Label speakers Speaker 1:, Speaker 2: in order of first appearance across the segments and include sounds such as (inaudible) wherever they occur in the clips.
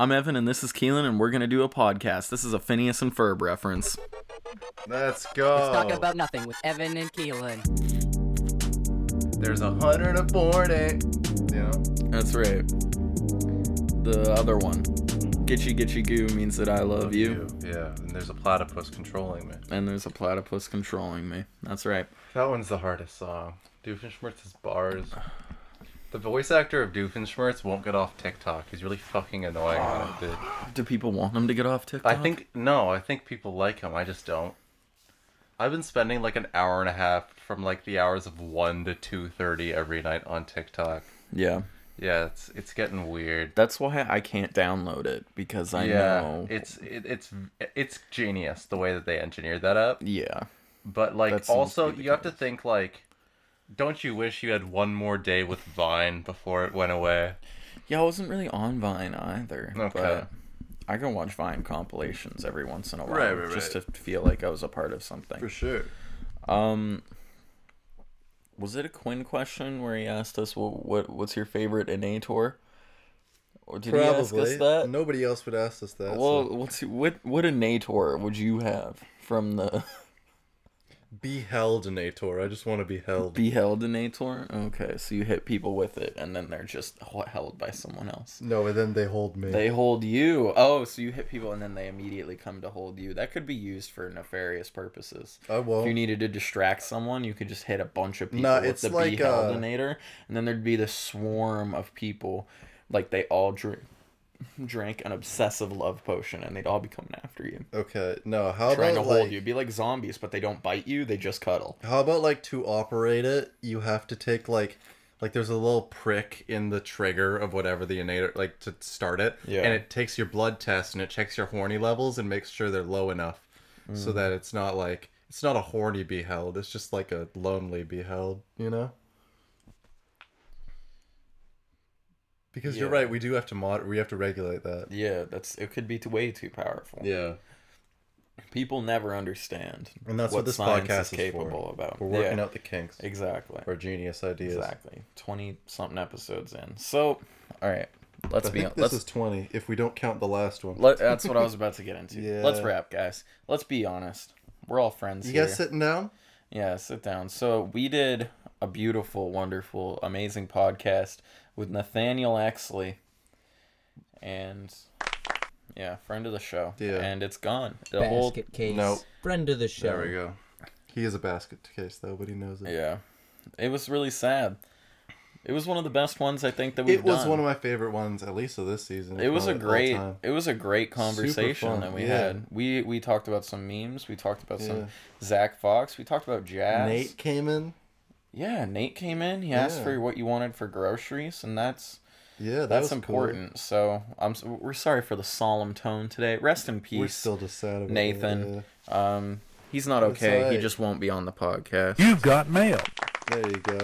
Speaker 1: I'm Evan and this is Keelan and we're gonna do a podcast. This is a Phineas and Ferb reference.
Speaker 2: Let's go.
Speaker 3: Let's
Speaker 4: Oh.
Speaker 3: talk about nothing with Evan and Keelan.
Speaker 2: There's a hundred aboard it. You know,
Speaker 1: That's right. The other one. Gitchy gitchy goo means that I love, you.
Speaker 2: Yeah, and there's a platypus controlling me.
Speaker 1: And there's a platypus controlling me. That's right.
Speaker 2: That one's the hardest song. Doofenshmirtz's bars. (sighs) The voice actor of Doofenshmirtz won't get off TikTok. He's really fucking annoying on it, dude.
Speaker 1: Do people want him to get off TikTok?
Speaker 2: I think no, I think people like him. I just don't. I've been spending like an hour and a half from like the hours of one to two thirty every night on TikTok.
Speaker 1: Yeah.
Speaker 2: Yeah, it's it's getting weird.
Speaker 1: That's why I can't download it because I
Speaker 2: yeah,
Speaker 1: know
Speaker 2: it's it, it's it's genius the way that they engineered that up.
Speaker 1: Yeah.
Speaker 2: But like
Speaker 1: That seems
Speaker 2: also
Speaker 1: to be the
Speaker 2: you have to
Speaker 1: case.
Speaker 2: think like don't you wish you had one more day with Vine before it went away?
Speaker 1: Yeah, I wasn't really on Vine either.
Speaker 2: Okay.
Speaker 1: But I can watch Vine compilations every once in a while
Speaker 2: Right, right,
Speaker 1: just
Speaker 2: right.
Speaker 1: to feel like I was a part of something.
Speaker 2: sure.
Speaker 1: Um, was it a Quinn question where he asked us what, what what's your favorite innator? Or did he ask us that?
Speaker 4: Nobody else would ask us that.
Speaker 1: well,
Speaker 4: so.
Speaker 1: what's what what innator would you have from the (laughs)
Speaker 4: be held, Nator. I just want to be held.
Speaker 1: beheld innator? Okay, so you hit people with it, and then they're just h- held by someone else.
Speaker 4: no, and then they hold me.
Speaker 1: They hold you. Oh, so you hit people, and then they immediately come to hold you. That could be used for nefarious purposes.
Speaker 4: I
Speaker 1: If you
Speaker 4: won't.
Speaker 1: needed to distract someone, you could just hit a bunch of people
Speaker 4: No,
Speaker 1: with
Speaker 4: it's
Speaker 1: the
Speaker 4: like, uh,
Speaker 1: beheldinator, and then there'd be this swarm of people, like they all drink drank an obsessive love potion, and they'd all be coming after you,
Speaker 4: okay, no. How
Speaker 1: trying to
Speaker 4: about
Speaker 1: hold
Speaker 4: like,
Speaker 1: you. It'd be like zombies, but they don't bite you; they just cuddle.
Speaker 4: how about like to operate it, you have to take like, like there's a little prick in the trigger of whatever the innator like to start it,
Speaker 1: Yeah.
Speaker 4: and it takes your blood test and it checks your horny levels and makes sure they're low enough,
Speaker 1: Mm.
Speaker 4: so that it's not like it's not a horny beheld. It's just like a lonely beheld, you know. Because you're
Speaker 1: Yeah.
Speaker 4: right, we do have to mod, we have to regulate that.
Speaker 1: Yeah, that's it. Could be too, way too powerful.
Speaker 4: Yeah.
Speaker 1: People never understand,
Speaker 4: And that's what this
Speaker 1: science
Speaker 4: podcast
Speaker 1: is
Speaker 4: is for.
Speaker 1: capable about.
Speaker 4: We're working
Speaker 1: yeah,
Speaker 4: out the kinks.
Speaker 1: exactly.
Speaker 4: Our genius ideas.
Speaker 1: Exactly. Twenty something episodes in. So, all right, let's
Speaker 4: I
Speaker 1: be.
Speaker 4: think this
Speaker 1: let's
Speaker 4: is 20, if we don't count the last one.
Speaker 1: Let, that's what I was about to get
Speaker 4: (laughs)
Speaker 1: into.
Speaker 4: Yeah.
Speaker 1: Let's wrap, guys. Let's be honest. We're all friends
Speaker 4: you
Speaker 1: here.
Speaker 4: guys sitting down?
Speaker 1: yeah, sit down. So we did a beautiful, wonderful, amazing podcast with Nathaniel Exley, and yeah, friend of the show.
Speaker 4: Yeah.
Speaker 1: and it's gone. The whole
Speaker 3: Basket case.
Speaker 4: Nope.
Speaker 3: Friend of the show.
Speaker 4: There we go. He is a basket case, though, but he knows it.
Speaker 1: yeah, it was really sad. It was one of the best ones I think that we've
Speaker 4: It was
Speaker 1: done.
Speaker 4: one of my favorite ones, at least of this season.
Speaker 1: it
Speaker 4: if
Speaker 1: was
Speaker 4: not
Speaker 1: a
Speaker 4: all
Speaker 1: great
Speaker 4: time.
Speaker 1: it was a great conversation
Speaker 4: fun,
Speaker 1: that we
Speaker 4: yeah.
Speaker 1: had. We we talked about some memes, we talked about
Speaker 4: Yeah.
Speaker 1: some Zach Fox, we talked about jazz.
Speaker 4: Nate came in.
Speaker 1: Yeah, Nate came in. He asked
Speaker 4: Yeah.
Speaker 1: for what you wanted for groceries, and that's
Speaker 4: Yeah, that
Speaker 1: that's
Speaker 4: was cool.
Speaker 1: important. So I'm s- we're sorry for the solemn tone today. Rest in
Speaker 4: We're
Speaker 1: peace,
Speaker 4: still just sad about
Speaker 1: Nathan.
Speaker 4: it,
Speaker 1: Um, he's not okay. He
Speaker 4: alright.
Speaker 1: just won't be on the podcast.
Speaker 5: You've got mail.
Speaker 4: yeah. There you go.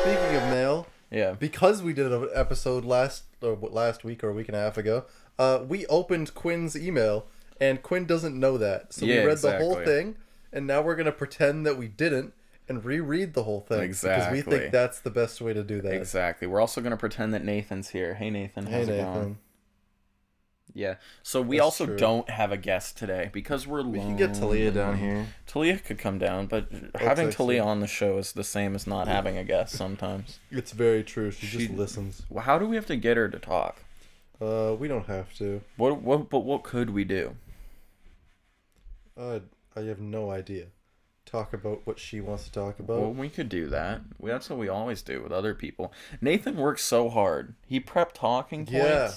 Speaker 4: Speaking of mail,
Speaker 1: yeah,
Speaker 4: because we did an episode last or what, last week or a week and a half ago, uh, we opened Quinn's email, and Quinn doesn't know that, so we
Speaker 1: Yeah,
Speaker 4: read the whole
Speaker 1: exactly.
Speaker 4: thing, and now we're gonna pretend that we didn't and reread the whole thing because we
Speaker 1: Exactly.
Speaker 4: think that's the best way to do that.
Speaker 1: exactly. We're also gonna pretend that Nathan's here. Hey, Nathan,
Speaker 4: Hey
Speaker 1: how's it going?
Speaker 4: Nathan,
Speaker 1: Yeah. So we
Speaker 4: That's
Speaker 1: also
Speaker 4: true.
Speaker 1: don't have a guest today because we're
Speaker 4: we can get Talia down here.
Speaker 1: Talia could come down, but having
Speaker 4: text
Speaker 1: Talia
Speaker 4: her.
Speaker 1: on the show is the same as not having a guest sometimes.
Speaker 4: It's very true. She,
Speaker 1: She-
Speaker 4: just listens.
Speaker 1: (laughs) Well, How do we have to get her to talk?
Speaker 4: Uh, we don't have to.
Speaker 1: What what but what could we do?
Speaker 4: Uh, I have no idea. Talk about what she wants to talk
Speaker 1: Well,
Speaker 4: about.
Speaker 1: we could do that. We, that's what we always do with other people. Nathan works so hard. He prepped talking points.
Speaker 4: Yeah.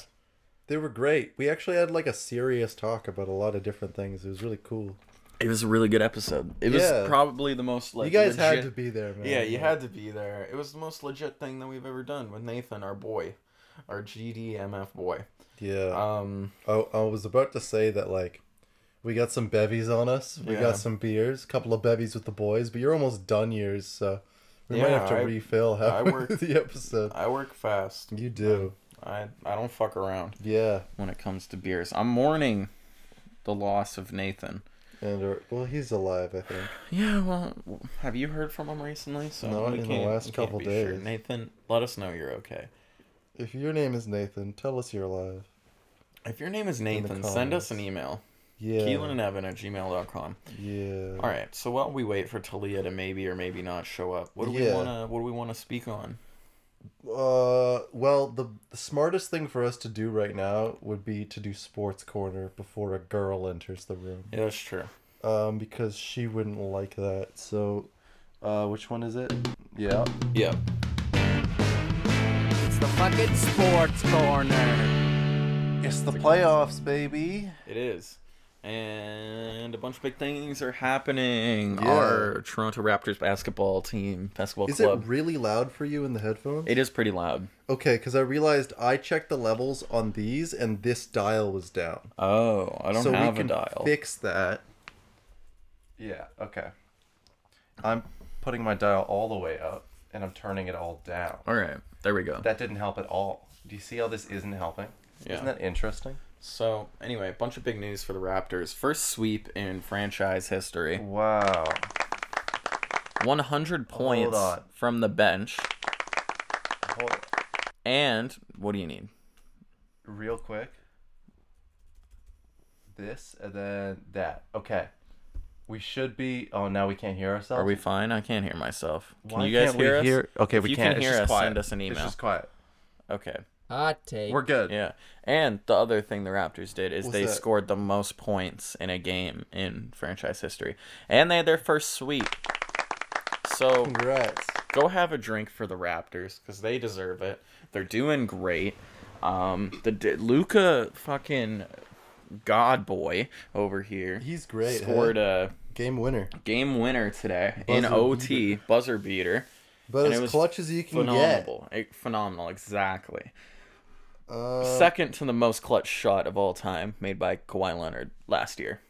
Speaker 4: They were great. We actually had like a serious talk about a lot of different things. It was really cool.
Speaker 1: It was a really good episode. It
Speaker 4: Yeah.
Speaker 1: was probably the most like
Speaker 4: you guys had
Speaker 1: legit-
Speaker 4: to be there, man.
Speaker 1: Yeah, you had to be there. It was the most legit thing that we've ever done with Nathan, our boy, our GDMF boy.
Speaker 4: Yeah. Oh,
Speaker 1: Um
Speaker 4: I, I was about to say that, like, we got some bevies on us. We
Speaker 1: Yeah.
Speaker 4: got some beers, a couple of bevies with the boys, but you're almost done yours, so we might
Speaker 1: Yeah,
Speaker 4: have to
Speaker 1: I-
Speaker 4: refill
Speaker 1: I
Speaker 4: halfway
Speaker 1: work-
Speaker 4: through (laughs) the episode.
Speaker 1: I work fast.
Speaker 4: You do.
Speaker 1: I I don't fuck around
Speaker 4: Yeah.
Speaker 1: when it comes to beers. I'm mourning the loss of Nathan.
Speaker 4: And, or, well, he's alive, I think.
Speaker 1: Yeah, well, have you heard from him recently? So
Speaker 4: No,
Speaker 1: we
Speaker 4: in the
Speaker 1: can't-
Speaker 4: last
Speaker 1: we can't
Speaker 4: couple
Speaker 1: be sure.
Speaker 4: days.
Speaker 1: Nathan, let us know you're okay.
Speaker 4: If your name is Nathan, tell us you're alive.
Speaker 1: If your name is Nathan, send us an email.
Speaker 4: Yeah.
Speaker 1: Keelan and Evan at gmail.com.
Speaker 4: yeah.
Speaker 1: All right. So while we wait for Talia to maybe or maybe not show up, what do we
Speaker 4: Yeah.
Speaker 1: want to what do we want to speak on?
Speaker 4: Uh, well, the, the smartest thing for us to do right now would be to do sports corner before a girl enters the room.
Speaker 1: Yeah, that's true.
Speaker 4: Um, because she wouldn't like that. So, uh, which one is it? Yeah.
Speaker 1: Yeah.
Speaker 3: It's the fucking sports corner.
Speaker 4: It's the playoffs, baby.
Speaker 1: It is. And a bunch of big things are happening.
Speaker 4: Yeah.
Speaker 1: Our Toronto Raptors basketball team, basketball
Speaker 4: Is
Speaker 1: club.
Speaker 4: it really loud for you in the headphones?
Speaker 1: it is pretty loud.
Speaker 4: Okay, because I realized I checked the levels on these and this dial was down.
Speaker 1: Oh, I don't
Speaker 4: so
Speaker 1: have
Speaker 4: we can
Speaker 1: a dial.
Speaker 4: fix that.
Speaker 2: Yeah, okay. I'm putting my dial all the way up and I'm turning it all down.
Speaker 1: All right. There we go.
Speaker 2: That didn't help at all. Do you see how this isn't helping?
Speaker 1: Yeah.
Speaker 2: Isn't that interesting?
Speaker 1: So, anyway, a bunch of big news for the Raptors. First sweep in franchise history.
Speaker 2: Wow.
Speaker 1: 100 points
Speaker 2: on.
Speaker 1: from the bench.
Speaker 2: Hold
Speaker 1: And what do you need?
Speaker 2: real quick. This and then that. Okay. We should be. Oh, now we can't hear ourselves.
Speaker 1: Are we fine? I can't hear myself. Can
Speaker 2: Why
Speaker 1: you guys
Speaker 2: can't we
Speaker 1: hear us?
Speaker 2: Okay,
Speaker 1: If
Speaker 2: we
Speaker 1: you
Speaker 2: can't.
Speaker 1: can
Speaker 2: It's
Speaker 1: hear
Speaker 2: just
Speaker 1: us,
Speaker 2: quiet.
Speaker 1: send us an
Speaker 2: It's
Speaker 1: email.
Speaker 2: just quiet.
Speaker 1: Okay.
Speaker 3: Hot take.
Speaker 2: We're good.
Speaker 1: Yeah. And the other thing the Raptors did is
Speaker 4: What's
Speaker 1: they
Speaker 4: that?
Speaker 1: scored the most points in a game in franchise history. And they had their first sweep. So
Speaker 4: Congrats.
Speaker 1: go have a drink for the Raptors because they deserve it. They're doing great. Um, the d- Luca fucking god boy over here.
Speaker 4: He's great, huh?
Speaker 1: Scored
Speaker 4: Game winner.
Speaker 1: a game winner today in
Speaker 4: Buzzer
Speaker 1: OT buzzer beater.
Speaker 4: But
Speaker 1: And it
Speaker 4: as
Speaker 1: was
Speaker 4: clutch as you can
Speaker 1: Phenomenal, Eh, phenomenal, exactly.
Speaker 4: get. Uh,
Speaker 1: Second to the most clutch shot of all time made by Kawhi Leonard last year.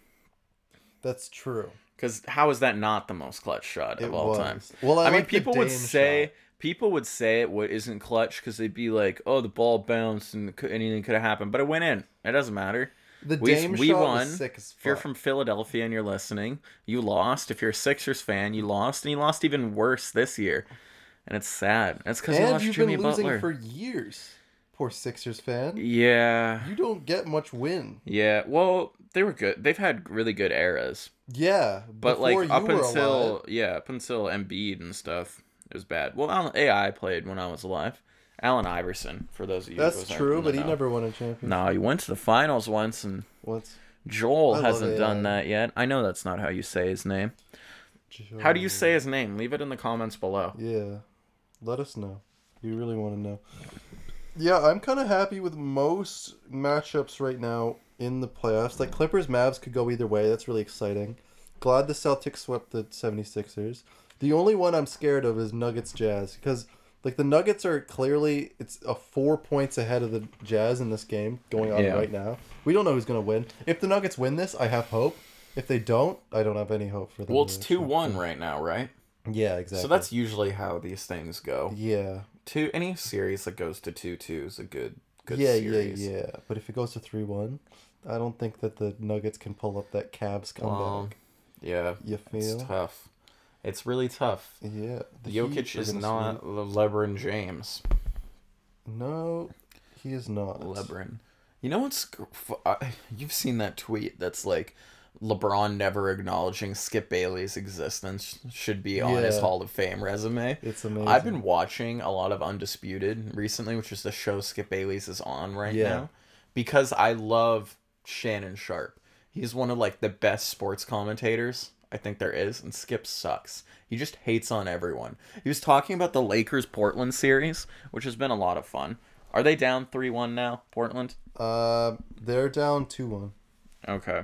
Speaker 4: that's true.
Speaker 1: Because how is that not the most clutch shot of
Speaker 4: It
Speaker 1: all
Speaker 4: was.
Speaker 1: time?
Speaker 4: Well, I
Speaker 1: mean,
Speaker 4: like the
Speaker 1: people would
Speaker 4: Dame
Speaker 1: say
Speaker 4: shot.
Speaker 1: people would say it what isn't clutch because they'd be like, "Oh, the ball bounced and it cou- anything could have happened," but it went in. It doesn't matter.
Speaker 4: The
Speaker 1: We,
Speaker 4: Dame
Speaker 1: we
Speaker 4: shot
Speaker 1: won.
Speaker 4: was sick as fuck.
Speaker 1: if you're from Philadelphia and you're listening, you lost. If you're a Sixers fan, you lost, and you lost even worse this year. And it's sad. That's because you
Speaker 4: and
Speaker 1: lost
Speaker 4: you've
Speaker 1: Jimmy
Speaker 4: been losing
Speaker 1: Butler.
Speaker 4: for years. Poor Sixers fan.
Speaker 1: Yeah,
Speaker 4: You don't get much win.
Speaker 1: yeah. Well, they were good. They've had really good eras,
Speaker 4: Yeah,
Speaker 1: but
Speaker 4: before
Speaker 1: like up
Speaker 4: you were
Speaker 1: until
Speaker 4: alive.
Speaker 1: yeah, up until Embiid and stuff, it was bad. Well, Alan, AI played when I was alive. Allen Iverson, for those of you.
Speaker 4: that's
Speaker 1: who aren't
Speaker 4: true,
Speaker 1: in the
Speaker 4: but he
Speaker 1: know.
Speaker 4: never won a championship
Speaker 1: No, he went to the finals once, and
Speaker 4: once.
Speaker 1: Joel
Speaker 4: I love
Speaker 1: hasn't done
Speaker 4: AI.
Speaker 1: that yet. I know that's not how you say his name. How do you say his name? Leave it in the comments below.
Speaker 4: Mm. Yeah, let us know. You really want to know. Yeah, I'm kind of happy with most matchups right now in the playoffs. Like Clippers Mavs could go either way. That's really exciting. Glad the Celtics swept the 76ers. The only one I'm scared of is Nuggets Jazz because like the Nuggets are clearly it's a 4 points ahead of the Jazz in this game going on
Speaker 1: Yeah.
Speaker 4: right now. We don't know who's going to win. If the Nuggets win this, I have hope. If they don't, I don't have any hope for them.
Speaker 1: Well, it's
Speaker 4: to-
Speaker 1: two one right now, right?
Speaker 4: Yeah, exactly.
Speaker 1: So that's usually how these things go.
Speaker 4: yeah.
Speaker 1: Two any series that goes to two two is a good good
Speaker 4: yeah,
Speaker 1: series.
Speaker 4: yeah, yeah. But if it goes to three one, I don't think that the Nuggets can pull up that Cavs comeback.
Speaker 1: Well, yeah.
Speaker 4: you
Speaker 1: It's
Speaker 4: feel?
Speaker 1: tough. It's really tough.
Speaker 4: Yeah, the Heat
Speaker 1: Jokic
Speaker 4: are
Speaker 1: is
Speaker 4: gonna
Speaker 1: not
Speaker 4: sweep.
Speaker 1: the LeBron James.
Speaker 4: No, he is not.
Speaker 1: LeBron. You know what's f- I- (laughs) you've seen that tweet that's like LeBron never acknowledging Skip Bailey's existence should be on his
Speaker 4: Yeah.
Speaker 1: Hall of Fame resume.
Speaker 4: It's amazing.
Speaker 1: I've been watching a lot of Undisputed recently, which is the show Skip Bayless is on right
Speaker 4: Yeah.
Speaker 1: now, because I love Shannon Sharp. He's one of like the best sports commentators I think there is, and Skip sucks. He just hates on everyone. He was talking about the Lakers Portland series, which has been a lot of fun. Are they down three one now, Portland?
Speaker 4: Uh, they're down two one.
Speaker 1: Okay.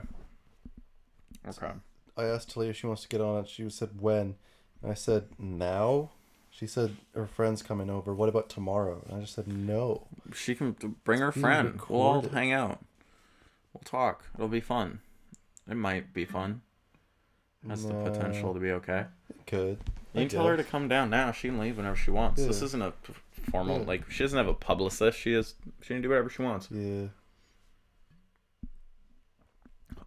Speaker 1: Okay.
Speaker 4: I asked Talia if she wants to get on it. She said when. And I said now. She said her friend's coming over. What about tomorrow? And I just said no.
Speaker 1: She can bring her
Speaker 4: being
Speaker 1: friend. We'll all
Speaker 4: recorded.
Speaker 1: hang out. We'll talk. It'll be fun. It might be fun. Has
Speaker 4: No.
Speaker 1: the potential to be okay.
Speaker 4: Good.
Speaker 1: You
Speaker 4: I
Speaker 1: can tell her to
Speaker 4: guess.
Speaker 1: come down now. She can leave whenever she wants. This
Speaker 4: Yeah.
Speaker 1: isn't a p- formal
Speaker 4: Yeah.
Speaker 1: like she doesn't have a publicist. She is she can do whatever she wants.
Speaker 4: Yeah.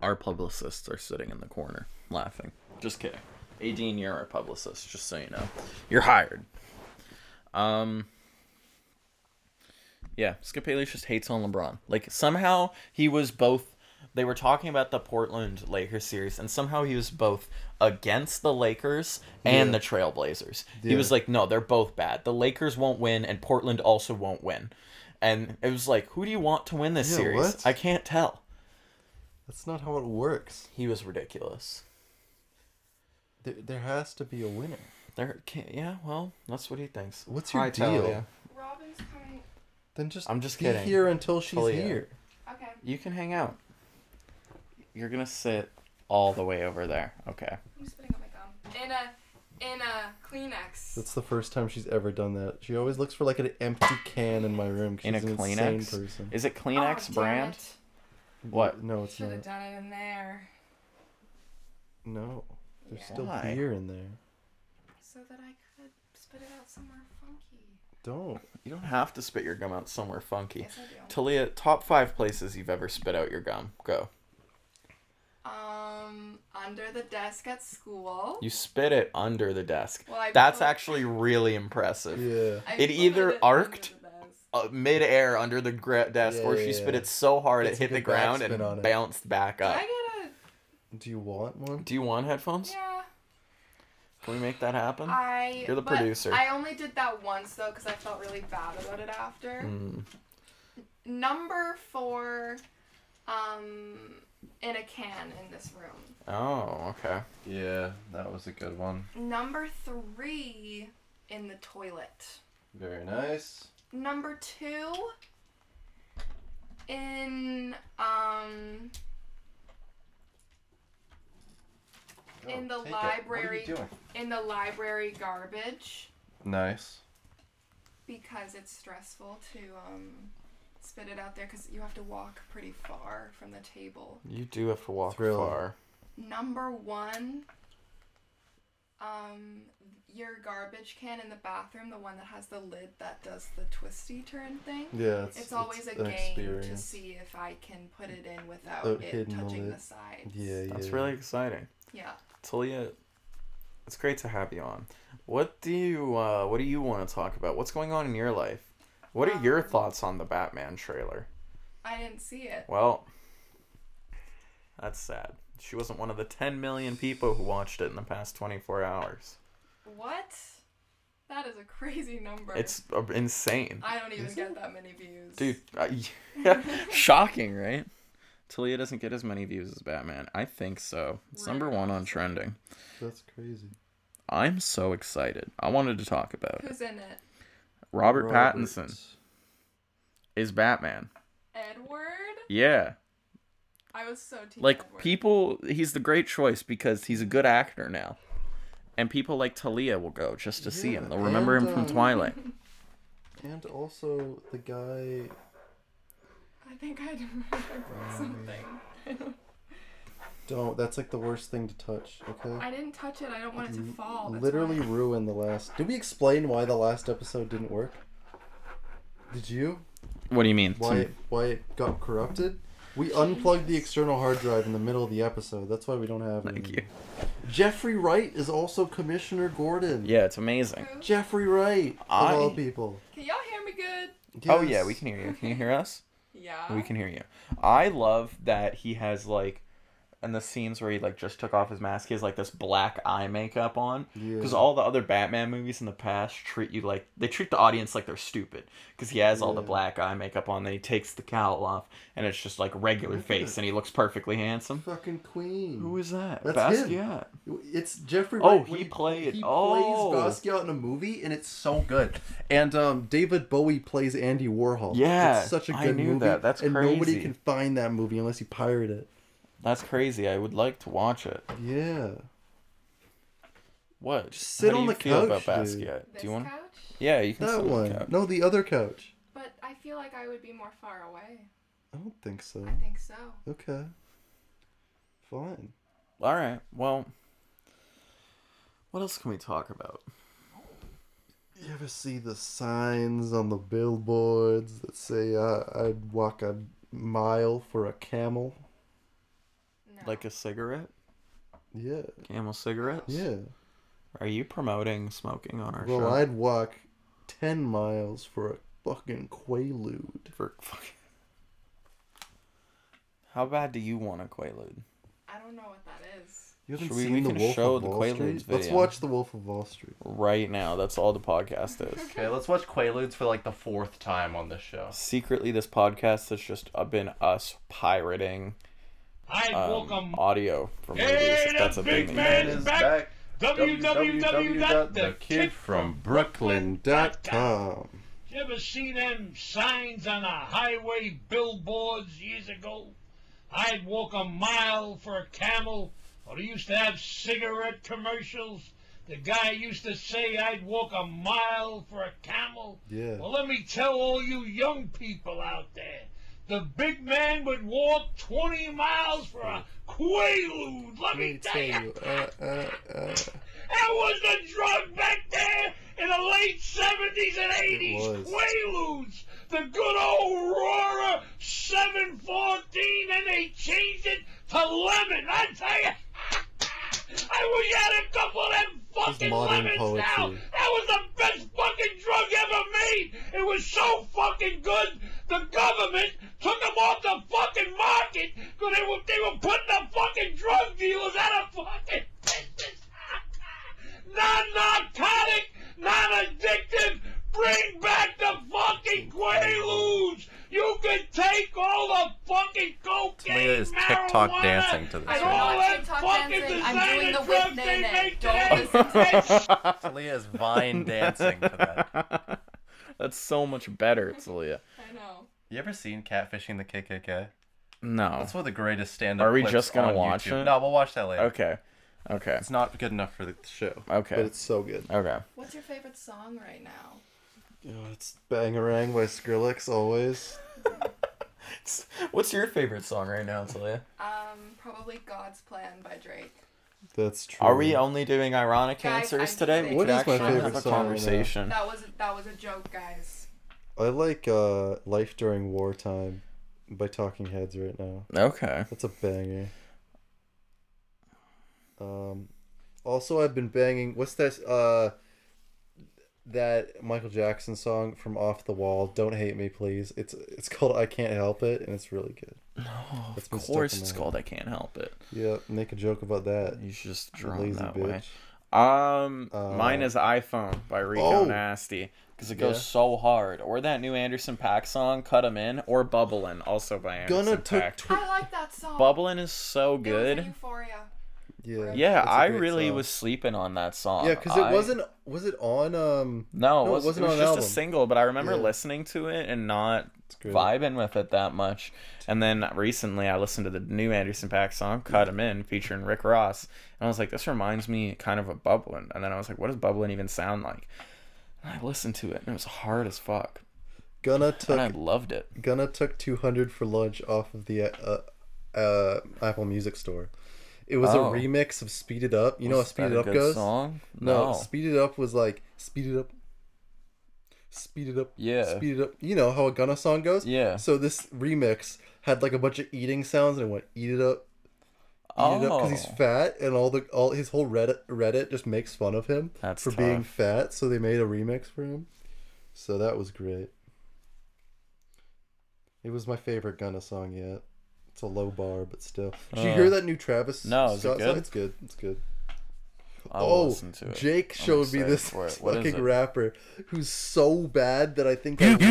Speaker 1: Our publicists are sitting in the corner laughing. Just kidding. Adine, you're E our publicist, just so you know. You're hired. Um Yeah, Skip Bayless just hates on LeBron. Like somehow he was both. They were talking about the Portland Lakers series, and somehow he was both against the Lakers and the Trailblazers. He
Speaker 4: Yeah.
Speaker 1: was like, "No, they're both bad. The Lakers won't win, and Portland also won't win." And it was like, "Who do you want to win this
Speaker 4: Yeah,
Speaker 1: series?"
Speaker 4: what?
Speaker 1: I can't tell.
Speaker 4: That's not how it works.
Speaker 1: He was ridiculous.
Speaker 4: There, there has to be a winner.
Speaker 1: There, can yeah, well, that's what he thinks.
Speaker 4: What's your
Speaker 1: Hightower,
Speaker 4: deal?
Speaker 1: yeah.
Speaker 5: Robin's coming.
Speaker 4: Then just
Speaker 1: I'm just
Speaker 4: be
Speaker 1: kidding.
Speaker 4: here until she's
Speaker 1: Talia.
Speaker 4: here.
Speaker 5: Okay.
Speaker 1: You can hang out. You're gonna sit all the way over there. Okay.
Speaker 5: I'm spitting on my gum. In a in a Kleenex.
Speaker 4: That's the first time she's ever done that. She always looks for like an empty can in my room. 'cause
Speaker 1: In a
Speaker 4: she's an insane
Speaker 1: Kleenex.
Speaker 4: person.
Speaker 1: Is it
Speaker 5: Oh,
Speaker 1: Kleenex
Speaker 5: damn
Speaker 1: brand?
Speaker 5: it.
Speaker 1: What?
Speaker 4: No, it's
Speaker 5: Should have
Speaker 4: not.
Speaker 5: done it in there
Speaker 4: No, there's
Speaker 5: Yeah.
Speaker 4: still
Speaker 1: Why?
Speaker 4: beer in there.
Speaker 5: so that I could spit it out somewhere funky.
Speaker 4: Don't.
Speaker 1: You don't have to spit your gum out somewhere funky.
Speaker 5: Yes, I do.
Speaker 1: Talia, top five places you've ever spit out your gum. Go.
Speaker 5: Um, under the desk at school.
Speaker 1: You spit it under the desk.
Speaker 5: Well, I
Speaker 1: That's
Speaker 5: put-
Speaker 1: actually really impressive.
Speaker 4: Yeah.
Speaker 5: I
Speaker 1: It
Speaker 5: put
Speaker 1: either
Speaker 5: under
Speaker 1: arced-
Speaker 5: the desk.
Speaker 1: Uh, midair under the gra- desk,
Speaker 4: Yeah,
Speaker 1: or
Speaker 4: yeah,
Speaker 1: she spit
Speaker 4: yeah.
Speaker 1: it so hard it
Speaker 4: Gets
Speaker 1: hit the
Speaker 4: like a
Speaker 1: ground
Speaker 4: backspin on
Speaker 1: and
Speaker 4: it.
Speaker 1: bounced back
Speaker 5: Did
Speaker 1: up.
Speaker 5: I get a?
Speaker 4: Do you want one?
Speaker 1: Do you want headphones?
Speaker 5: Yeah.
Speaker 1: Can we make that happen?
Speaker 5: I.
Speaker 1: You're the
Speaker 5: but
Speaker 1: producer.
Speaker 5: I only did that once though, because I felt really bad about it after.
Speaker 1: Mm.
Speaker 5: Number four, um, in a can in this room.
Speaker 1: Oh, okay.
Speaker 2: Yeah, that was a good one.
Speaker 5: Number three, in the toilet.
Speaker 2: Very nice.
Speaker 5: Number two, in um, In the
Speaker 2: Oh, take it.
Speaker 5: library.
Speaker 2: What are you doing?
Speaker 5: in the library garbage
Speaker 2: Nice.
Speaker 5: because it's stressful to um, spit it out there because you have to walk pretty far from the table.
Speaker 1: You do have to walk
Speaker 4: Thriller.
Speaker 1: far.
Speaker 5: Number one, um, your garbage can in the bathroom, the one that has the lid that does the twisty turn thing.
Speaker 4: Yeah.
Speaker 5: It's, always a
Speaker 4: an
Speaker 5: game to
Speaker 4: experience.
Speaker 5: see if I can put it in without
Speaker 4: Without
Speaker 5: it
Speaker 4: hitting the
Speaker 5: touching the
Speaker 4: lid.
Speaker 5: sides.
Speaker 4: Yeah, yeah.
Speaker 1: That's really exciting.
Speaker 5: Yeah.
Speaker 1: Talia, it's great to have you on. What do you uh, What do you want to talk about? What's going on in your life? What are your thoughts on the Batman trailer?
Speaker 5: I didn't see it.
Speaker 1: Well, that's sad. She wasn't one of the 10 million people who watched it in the past 24 hours.
Speaker 5: What? That is a (laughs) crazy number.
Speaker 1: It's uh, insane.
Speaker 5: I don't even
Speaker 4: Is
Speaker 5: get that many views.
Speaker 1: Dude, I, (laughs) yeah. shocking, right? Talia doesn't get as many views as Batman. I think so. It's number one on trending.
Speaker 4: That's crazy.
Speaker 1: I'm so excited. I wanted to talk about it.
Speaker 5: Who's in it?
Speaker 1: Robert,
Speaker 4: Robert.
Speaker 1: Pattinson is Batman.
Speaker 5: Edward?
Speaker 1: Yeah.
Speaker 5: I was so team
Speaker 1: Like
Speaker 5: Edward.
Speaker 1: people he's the great choice because he's a good actor now. And people like Talia will go just to see him. They'll remember him
Speaker 4: and,
Speaker 1: from
Speaker 4: um,
Speaker 1: Twilight.
Speaker 4: And also the guy.
Speaker 5: I think I (laughs)
Speaker 4: Um,
Speaker 5: broke something. (laughs)
Speaker 4: Don't. That's like the worst thing to touch. Okay.
Speaker 5: I didn't touch it. I don't want it to fall. That's
Speaker 4: Literally
Speaker 5: why.
Speaker 4: ruined the last. Did we explain why the last episode didn't work? Did you?
Speaker 1: What do you mean?
Speaker 4: why it, why it got corrupted. We unplugged the external hard drive in the middle of the episode. That's why we don't have. it
Speaker 1: Thank you.
Speaker 4: anymore. Jeffrey Wright is also Commissioner Gordon.
Speaker 1: Yeah, it's amazing.
Speaker 5: Who?
Speaker 4: Jeffrey Wright
Speaker 1: I-
Speaker 4: of all people.
Speaker 5: Can y'all hear me good?
Speaker 1: Oh yeah,
Speaker 4: Yes.
Speaker 1: we can hear you. Can you hear us?
Speaker 5: Yeah.
Speaker 4: Oh.
Speaker 1: We can hear you. I love that he has like in the scenes where he like just took off his mask, he has like this black eye makeup on. Because
Speaker 4: Yeah.
Speaker 1: all the other Batman movies in the past treat you like they treat the audience like they're stupid. Because he has all the
Speaker 4: Yeah.
Speaker 1: black eye makeup on, then he takes the cowl off, and it's just like regular face, and he looks perfectly handsome.
Speaker 4: Fucking Queen.
Speaker 1: Who is that?
Speaker 4: That's him.
Speaker 1: Basquiat.
Speaker 4: It's Jeffrey.
Speaker 1: Oh,
Speaker 4: Wright.
Speaker 1: he
Speaker 4: When
Speaker 1: played-
Speaker 4: He
Speaker 1: oh.
Speaker 4: plays Basquiat in a movie, and it's so good. And um, David Bowie plays Andy Warhol.
Speaker 1: Yeah,
Speaker 4: it's such a good
Speaker 1: I knew
Speaker 4: movie.
Speaker 1: that. That's
Speaker 4: and
Speaker 1: crazy.
Speaker 4: nobody can find that movie unless you pirate it.
Speaker 1: That's crazy. I would like to watch it.
Speaker 4: Yeah,
Speaker 1: What?
Speaker 4: Just sit
Speaker 1: How do
Speaker 4: on
Speaker 1: you
Speaker 4: the
Speaker 1: feel about
Speaker 4: couch, dude.
Speaker 1: Basquiet?
Speaker 5: This
Speaker 1: Do you want?
Speaker 5: couch?
Speaker 1: Yeah, you can sit
Speaker 4: that
Speaker 1: on the
Speaker 4: one.
Speaker 1: couch.
Speaker 4: No, the other couch.
Speaker 5: But I feel like I would be more far away.
Speaker 4: I don't think so.
Speaker 5: I think so.
Speaker 4: Okay. Fine.
Speaker 1: All right. Well, what else can we talk about?
Speaker 4: You ever see the signs on the billboards that say uh, I'd walk a mile for a camel?
Speaker 5: No.
Speaker 1: Like a cigarette?
Speaker 4: Yeah.
Speaker 1: Camel cigarettes?
Speaker 4: Yeah.
Speaker 1: Are you promoting smoking on our
Speaker 4: Well,
Speaker 1: show?
Speaker 4: I'd walk 10 miles for a fucking Quaalude.
Speaker 1: For fuck. How bad do you want a Quaalude?
Speaker 5: I don't know what that is.
Speaker 4: You haven't
Speaker 1: Should we-
Speaker 4: seen
Speaker 1: we
Speaker 4: The
Speaker 1: can
Speaker 4: Wolf
Speaker 1: show
Speaker 4: of
Speaker 1: the
Speaker 4: Wall
Speaker 1: Quaaludes
Speaker 4: Street? Let's
Speaker 1: video.
Speaker 4: watch The Wolf of Wall Street.
Speaker 1: Right now, that's all the podcast
Speaker 6: (laughs)
Speaker 1: is.
Speaker 2: Okay, let's watch Quaaludes for like the fourth time on this show.
Speaker 1: Secretly, this podcast has just uh, been us pirating
Speaker 6: I
Speaker 1: um,
Speaker 6: welcome
Speaker 1: audio from movies.
Speaker 6: Hey,
Speaker 1: if that's a
Speaker 6: the
Speaker 1: big
Speaker 6: big
Speaker 1: thing.
Speaker 6: man is back.
Speaker 4: www.thekidfrombrooklyn.com.
Speaker 6: You ever see them signs on the highway billboards years ago? I'd walk a mile for a camel, or they used to have cigarette commercials. The guy used to say, I'd walk a mile for a camel.
Speaker 4: Yeah.
Speaker 6: Well, let me tell all you young people out there the big man would walk 20 miles for a quaalude. Let me tell you.
Speaker 4: uh, uh, uh,
Speaker 6: That was the drug back there in the late 70s and 80s.
Speaker 4: was.
Speaker 6: Quaaludes. The good old Roarer 714, and they changed it to lemon. I tell you. (laughs) I wish I had a couple of them fucking
Speaker 4: modern
Speaker 6: lemons now.
Speaker 4: poetry.
Speaker 6: That was the best fucking drug ever made. It was so fucking good. The government took them off the fucking market because they were they were putting the fucking drug dealers out of fucking business. (laughs) Non-narcotic, non-addictive. Bring back the fucking Quaaludes. You can take all the fucking cocaine,
Speaker 2: Tamia is TikTok
Speaker 6: marijuana,
Speaker 2: dancing to this
Speaker 6: and
Speaker 2: right
Speaker 6: all
Speaker 5: now.
Speaker 6: that
Speaker 5: TikTok
Speaker 6: fucking
Speaker 5: dancing. I'm
Speaker 6: designer
Speaker 5: doing the whip
Speaker 6: drugs they
Speaker 5: nay-nay.
Speaker 6: make
Speaker 5: Don't
Speaker 6: today.
Speaker 5: listen to
Speaker 6: It's
Speaker 2: Talia is vine dancing to that.
Speaker 1: That's so much better, Celia.
Speaker 5: I know.
Speaker 2: You ever seen Catfishing the KKK?
Speaker 1: No.
Speaker 2: That's one of the greatest stand-up.
Speaker 1: Are we
Speaker 2: clips
Speaker 1: just gonna
Speaker 2: on
Speaker 1: watch
Speaker 2: YouTube.
Speaker 1: it?
Speaker 2: No, we'll watch that later.
Speaker 1: Okay. Okay.
Speaker 2: It's not good enough for the show.
Speaker 1: Okay.
Speaker 4: but it's so good.
Speaker 1: Okay.
Speaker 5: What's your favorite song right now?
Speaker 4: Oh, it's Bangarang by Skrillex always.
Speaker 1: What's your favorite song right now, Talia?
Speaker 5: Um, probably God's Plan by Drake.
Speaker 4: That's true.
Speaker 1: Are we only doing ironic
Speaker 5: Guys,
Speaker 1: answers
Speaker 5: I'm
Speaker 1: today?
Speaker 5: sick.
Speaker 1: We
Speaker 5: What
Speaker 1: could
Speaker 5: is my
Speaker 1: actually
Speaker 5: favorite
Speaker 1: have a
Speaker 4: song right now?
Speaker 1: conversation.
Speaker 5: That was that was a joke, guys.
Speaker 4: I like uh, Life During Wartime by Talking Heads right now.
Speaker 1: Okay.
Speaker 4: That's a banger. Um, also I've been banging. What's that? Uh, that Michael Jackson song from Off the Wall. Don't hate me, please. It's it's called I Can't Help It, and it's really good. No,
Speaker 1: Of course, it's called I Can't Help It.
Speaker 4: Yeah, make a joke about that.
Speaker 1: He's just
Speaker 4: you
Speaker 1: drawn
Speaker 4: lazy
Speaker 1: that
Speaker 4: bitch.
Speaker 1: way. Um,
Speaker 4: Uh,
Speaker 1: mine is iPhone by Rico
Speaker 4: oh.
Speaker 1: Nasty because it goes
Speaker 4: Yeah.
Speaker 1: so hard. Or that new Anderson Pack song, "Cut 'Em In," or "Bubbling," also by Anderson
Speaker 4: Gonna
Speaker 1: Paak.
Speaker 4: took tw-
Speaker 5: I like that song.
Speaker 1: "Bubbling" is so
Speaker 5: It was in
Speaker 1: good.
Speaker 5: Euphoria.
Speaker 4: yeah.
Speaker 1: Yeah,
Speaker 4: that's a
Speaker 1: I
Speaker 4: great
Speaker 1: really
Speaker 4: song.
Speaker 1: was sleeping on that song.
Speaker 4: Yeah, because it
Speaker 1: I-
Speaker 4: wasn't. Was it on? Um,
Speaker 1: No,
Speaker 4: No,
Speaker 1: it,
Speaker 4: it
Speaker 1: was,
Speaker 4: wasn't
Speaker 1: it was
Speaker 4: on an
Speaker 1: just a
Speaker 4: album.
Speaker 1: single, but I remember
Speaker 4: Yeah.
Speaker 1: listening to it and not
Speaker 4: great.
Speaker 1: vibing with it that much. And then recently I listened to the new Anderson Pack song, Cut 'Em In, featuring Rick Ross. And I was like, this reminds me kind of of Bubbling. And then I was like, what does Bubbling even sound like? And I listened to it and it was hard as fuck.
Speaker 4: Gonna
Speaker 1: And I
Speaker 4: took
Speaker 1: loved it.
Speaker 4: Gonna took two hundred for lunch off of the uh, uh, Apple Music Store. It was
Speaker 1: Oh.
Speaker 4: a remix of Speed It Up. You know how
Speaker 1: Was
Speaker 4: Speed
Speaker 1: that
Speaker 4: It
Speaker 1: a
Speaker 4: Up
Speaker 1: good
Speaker 4: goes?
Speaker 1: Song?
Speaker 4: No,
Speaker 1: No.
Speaker 4: Speed It Up was like Speed It Up. Speed it up.
Speaker 1: Yeah.
Speaker 4: Speed it up. You know how a Gunna song goes?
Speaker 1: Yeah.
Speaker 4: So this remix had like a bunch of eating sounds and it went eat it up, eat it up because he's
Speaker 1: Oh.
Speaker 4: fat and all the all his whole Reddit Reddit just makes fun of him
Speaker 1: That's
Speaker 4: for being
Speaker 1: tough.
Speaker 4: fat. So they made a remix for him. So that was great. It was my favorite Gunna song yet. It's a low bar, but still. Did you hear that new Travis?
Speaker 1: Uh, No, is it
Speaker 4: Scott song?
Speaker 1: good?
Speaker 4: It's good. It's good.
Speaker 1: I will
Speaker 4: Oh,
Speaker 1: listen to it.
Speaker 4: Jake
Speaker 1: I'm
Speaker 4: showed me
Speaker 1: excited
Speaker 4: this
Speaker 1: for
Speaker 4: (laughs)
Speaker 1: it. What is
Speaker 4: fucking
Speaker 1: it?
Speaker 4: rapper who's so bad that I think I love.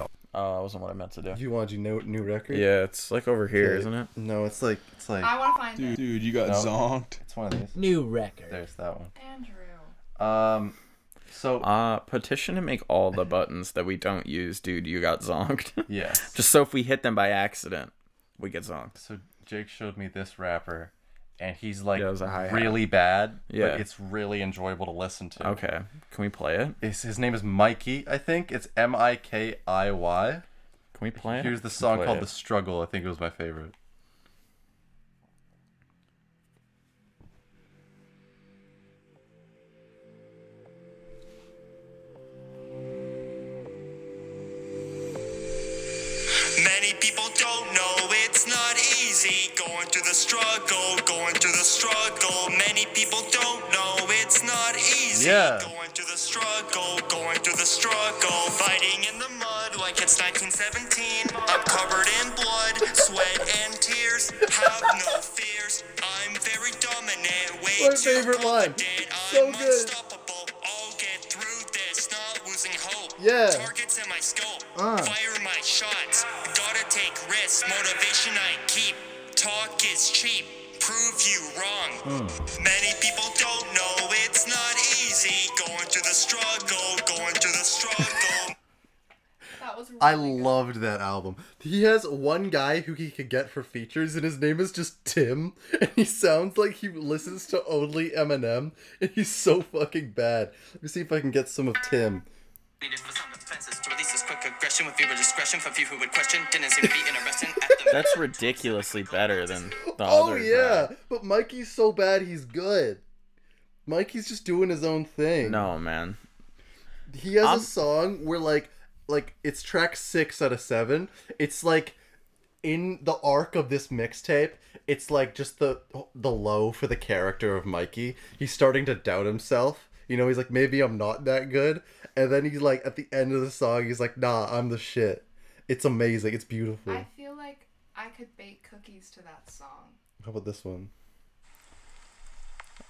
Speaker 4: You,
Speaker 1: Oh, that wasn't what I meant to do.
Speaker 4: want your new, new record?
Speaker 1: Yeah, it's like over here,
Speaker 4: Okay.
Speaker 1: not it?
Speaker 4: No, it's like it's like
Speaker 5: I want to find it.
Speaker 7: Dude, you got
Speaker 2: No.
Speaker 7: zonked.
Speaker 2: It's one of these.
Speaker 3: New record.
Speaker 2: There's that one.
Speaker 5: Andrew.
Speaker 2: Um, so
Speaker 1: Uh, petition to make all the buttons that we don't use, dude. You got zonked. (laughs)
Speaker 2: yes.
Speaker 1: Just so if we hit them by accident, we get zonked.
Speaker 2: so Jake showed me this rapper, and he's like
Speaker 1: Yeah, it was a hi-hat.
Speaker 2: really bad,
Speaker 1: Yeah.
Speaker 2: but it's really enjoyable to listen to.
Speaker 1: Okay, can we play it?
Speaker 2: His, his name is Mikey, I think. It's M I K I Y.
Speaker 1: Can we play it?
Speaker 2: Here's the song
Speaker 1: Play
Speaker 2: called
Speaker 1: it. (laughs)
Speaker 2: "The Struggle." I think it was my favorite.
Speaker 8: Many people don't know it's not easy going through the struggle, going through the struggle. Many people don't know it's not easy
Speaker 2: Yeah.
Speaker 8: going through the struggle, going through the struggle. By It's 1917. I'm covered in blood, sweat, and tears. Have no fears. I'm very dominant. Way
Speaker 4: My
Speaker 8: too
Speaker 4: favorite line.
Speaker 8: confident.
Speaker 4: So
Speaker 8: I'm
Speaker 4: good.
Speaker 8: unstoppable. I'll get through this. Not losing hope.
Speaker 4: Yeah.
Speaker 8: Targets in my scope.
Speaker 4: Uh.
Speaker 8: Fire my shots. Gotta take risks. Motivation I keep. Talk is cheap. Prove you
Speaker 4: Hmm.
Speaker 8: wrong. Many people don't know it's not easy. Going through the struggle. Going through the struggle.
Speaker 5: That was really
Speaker 4: I
Speaker 5: good.
Speaker 4: loved that album. He has one guy who he could get for features, and his name is just Tim, (laughs) and he sounds like he listens to only Eminem, and he's so fucking bad. Let me see if I can get some of Tim.
Speaker 7: Needed for some defenses to release this quick aggression with viewer discretion for few who would question. Didn't seem to be interested at the
Speaker 9: That's ridiculously better than the
Speaker 2: (laughs)
Speaker 4: oh
Speaker 9: other.
Speaker 4: yeah,
Speaker 9: guy.
Speaker 4: but Mikey's so bad he's good. Mikey's just doing his own thing.
Speaker 9: No man.
Speaker 4: He has
Speaker 9: I'm-
Speaker 4: a song where like like it's track six out of seven. It's like in the arc of this mixtape, it's like just the the low for the character of Mikey. He's starting to doubt himself. You know, he's like, maybe I'm not that good. And then he's like, at the end of the song, he's like, nah, I'm the shit. It's amazing. It's beautiful.
Speaker 5: I feel like I could bake cookies to that song.
Speaker 4: How about this one?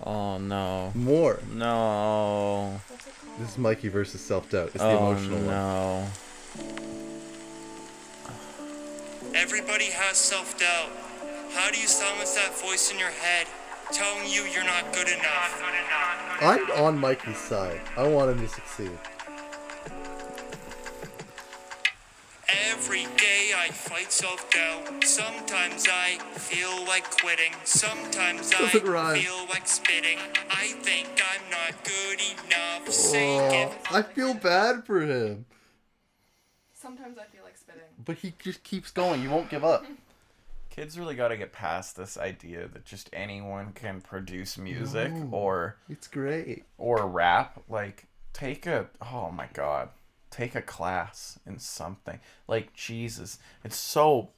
Speaker 9: Oh no.
Speaker 4: More.
Speaker 9: No.
Speaker 5: What's it called?
Speaker 4: This is Mikey versus self doubt. It's the
Speaker 9: oh
Speaker 4: emotional one.
Speaker 9: no.
Speaker 8: Everybody has self doubt. How do you silence that voice in your head telling you you're not good enough?
Speaker 4: I'm on Mikey's side. I want him to succeed.
Speaker 8: Every day I fight self doubt. Sometimes I feel like quitting. Sometimes I
Speaker 4: Doesn't rhyme.
Speaker 8: feel like spitting. I think I'm not good enough. Say give
Speaker 4: Oh, I feel bad for him.
Speaker 5: Sometimes I feel like spitting.
Speaker 4: But he just keeps going. You won't give up.
Speaker 1: Kids really got to get past this idea that just anyone can produce music or
Speaker 4: It's great.
Speaker 1: or rap. Like take a oh my god, take a class in something. Like Jesus, it's so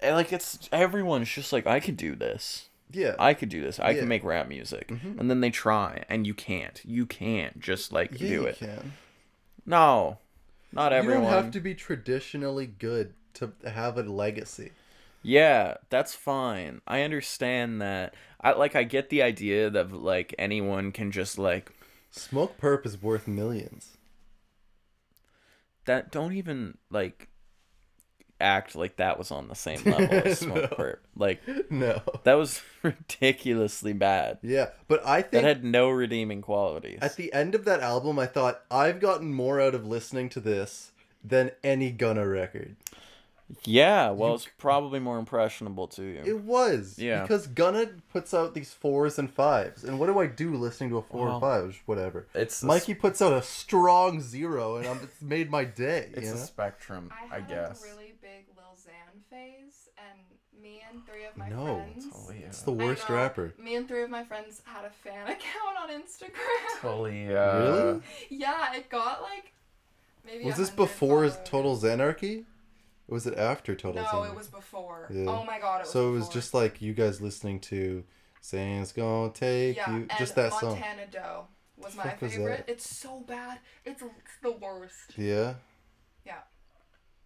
Speaker 1: and, like it's everyone's just like I could do this.
Speaker 4: Yeah.
Speaker 1: I could do this. I
Speaker 4: Yeah. Mm-hmm.
Speaker 1: can make rap music. And then they try and you can't. You can't just like
Speaker 4: yeah,
Speaker 1: do
Speaker 4: you
Speaker 1: it.
Speaker 4: can.
Speaker 1: No. Not everyone.
Speaker 4: You don't have to be traditionally good to have a legacy.
Speaker 1: Yeah, that's fine. I understand that. I like I get the idea that like anyone can just like
Speaker 4: Smoke Perp is worth millions. (laughs)
Speaker 1: that don't even like act like that was on the (laughs) same level as Smoke Perp. Like
Speaker 4: No.
Speaker 1: that was (laughs) ridiculously bad.
Speaker 4: Yeah, but I
Speaker 1: That
Speaker 4: think
Speaker 1: had no redeeming qualities.
Speaker 4: at the end of that album, I thought I've gotten more out of listening to this than any Gunna record.
Speaker 1: yeah, well it's probably more impressionable to you.
Speaker 4: It was.
Speaker 1: Yeah.
Speaker 4: Because Gunna puts out these fours and fives. And what do I do listening to a four
Speaker 1: Well,
Speaker 4: and five? Whatever.
Speaker 1: it's a
Speaker 4: Mikey puts out a strong zero and I'm, it's made
Speaker 1: (laughs)
Speaker 4: my day. you know?
Speaker 1: spectrum,
Speaker 5: I had a really big Lil Xan phase, and me and three of my
Speaker 4: No,
Speaker 5: friends.
Speaker 4: it's the
Speaker 5: I
Speaker 4: worst
Speaker 5: know,
Speaker 4: rapper.
Speaker 5: Me and three of my friends had a fan (laughs) account on Instagram.
Speaker 1: Totally,
Speaker 4: really?
Speaker 5: (laughs) yeah, it got like maybe.
Speaker 4: Was this
Speaker 5: 100
Speaker 4: before his
Speaker 5: followers.
Speaker 4: Total Zanarchy? Or was it after Total
Speaker 5: No,
Speaker 4: Xanarchy?
Speaker 5: it was before.
Speaker 4: Yeah.
Speaker 5: Oh my god, it was.
Speaker 4: so it was
Speaker 5: before.
Speaker 4: just like you guys listening to Zane's Gonna Take
Speaker 5: yeah,
Speaker 4: You.
Speaker 5: and
Speaker 4: Just that
Speaker 5: Montana
Speaker 4: song.
Speaker 5: Doe was my
Speaker 4: fuck was
Speaker 5: favorite.
Speaker 4: that?
Speaker 5: It's so bad. It's, it's the worst.
Speaker 4: Yeah.
Speaker 5: Yeah.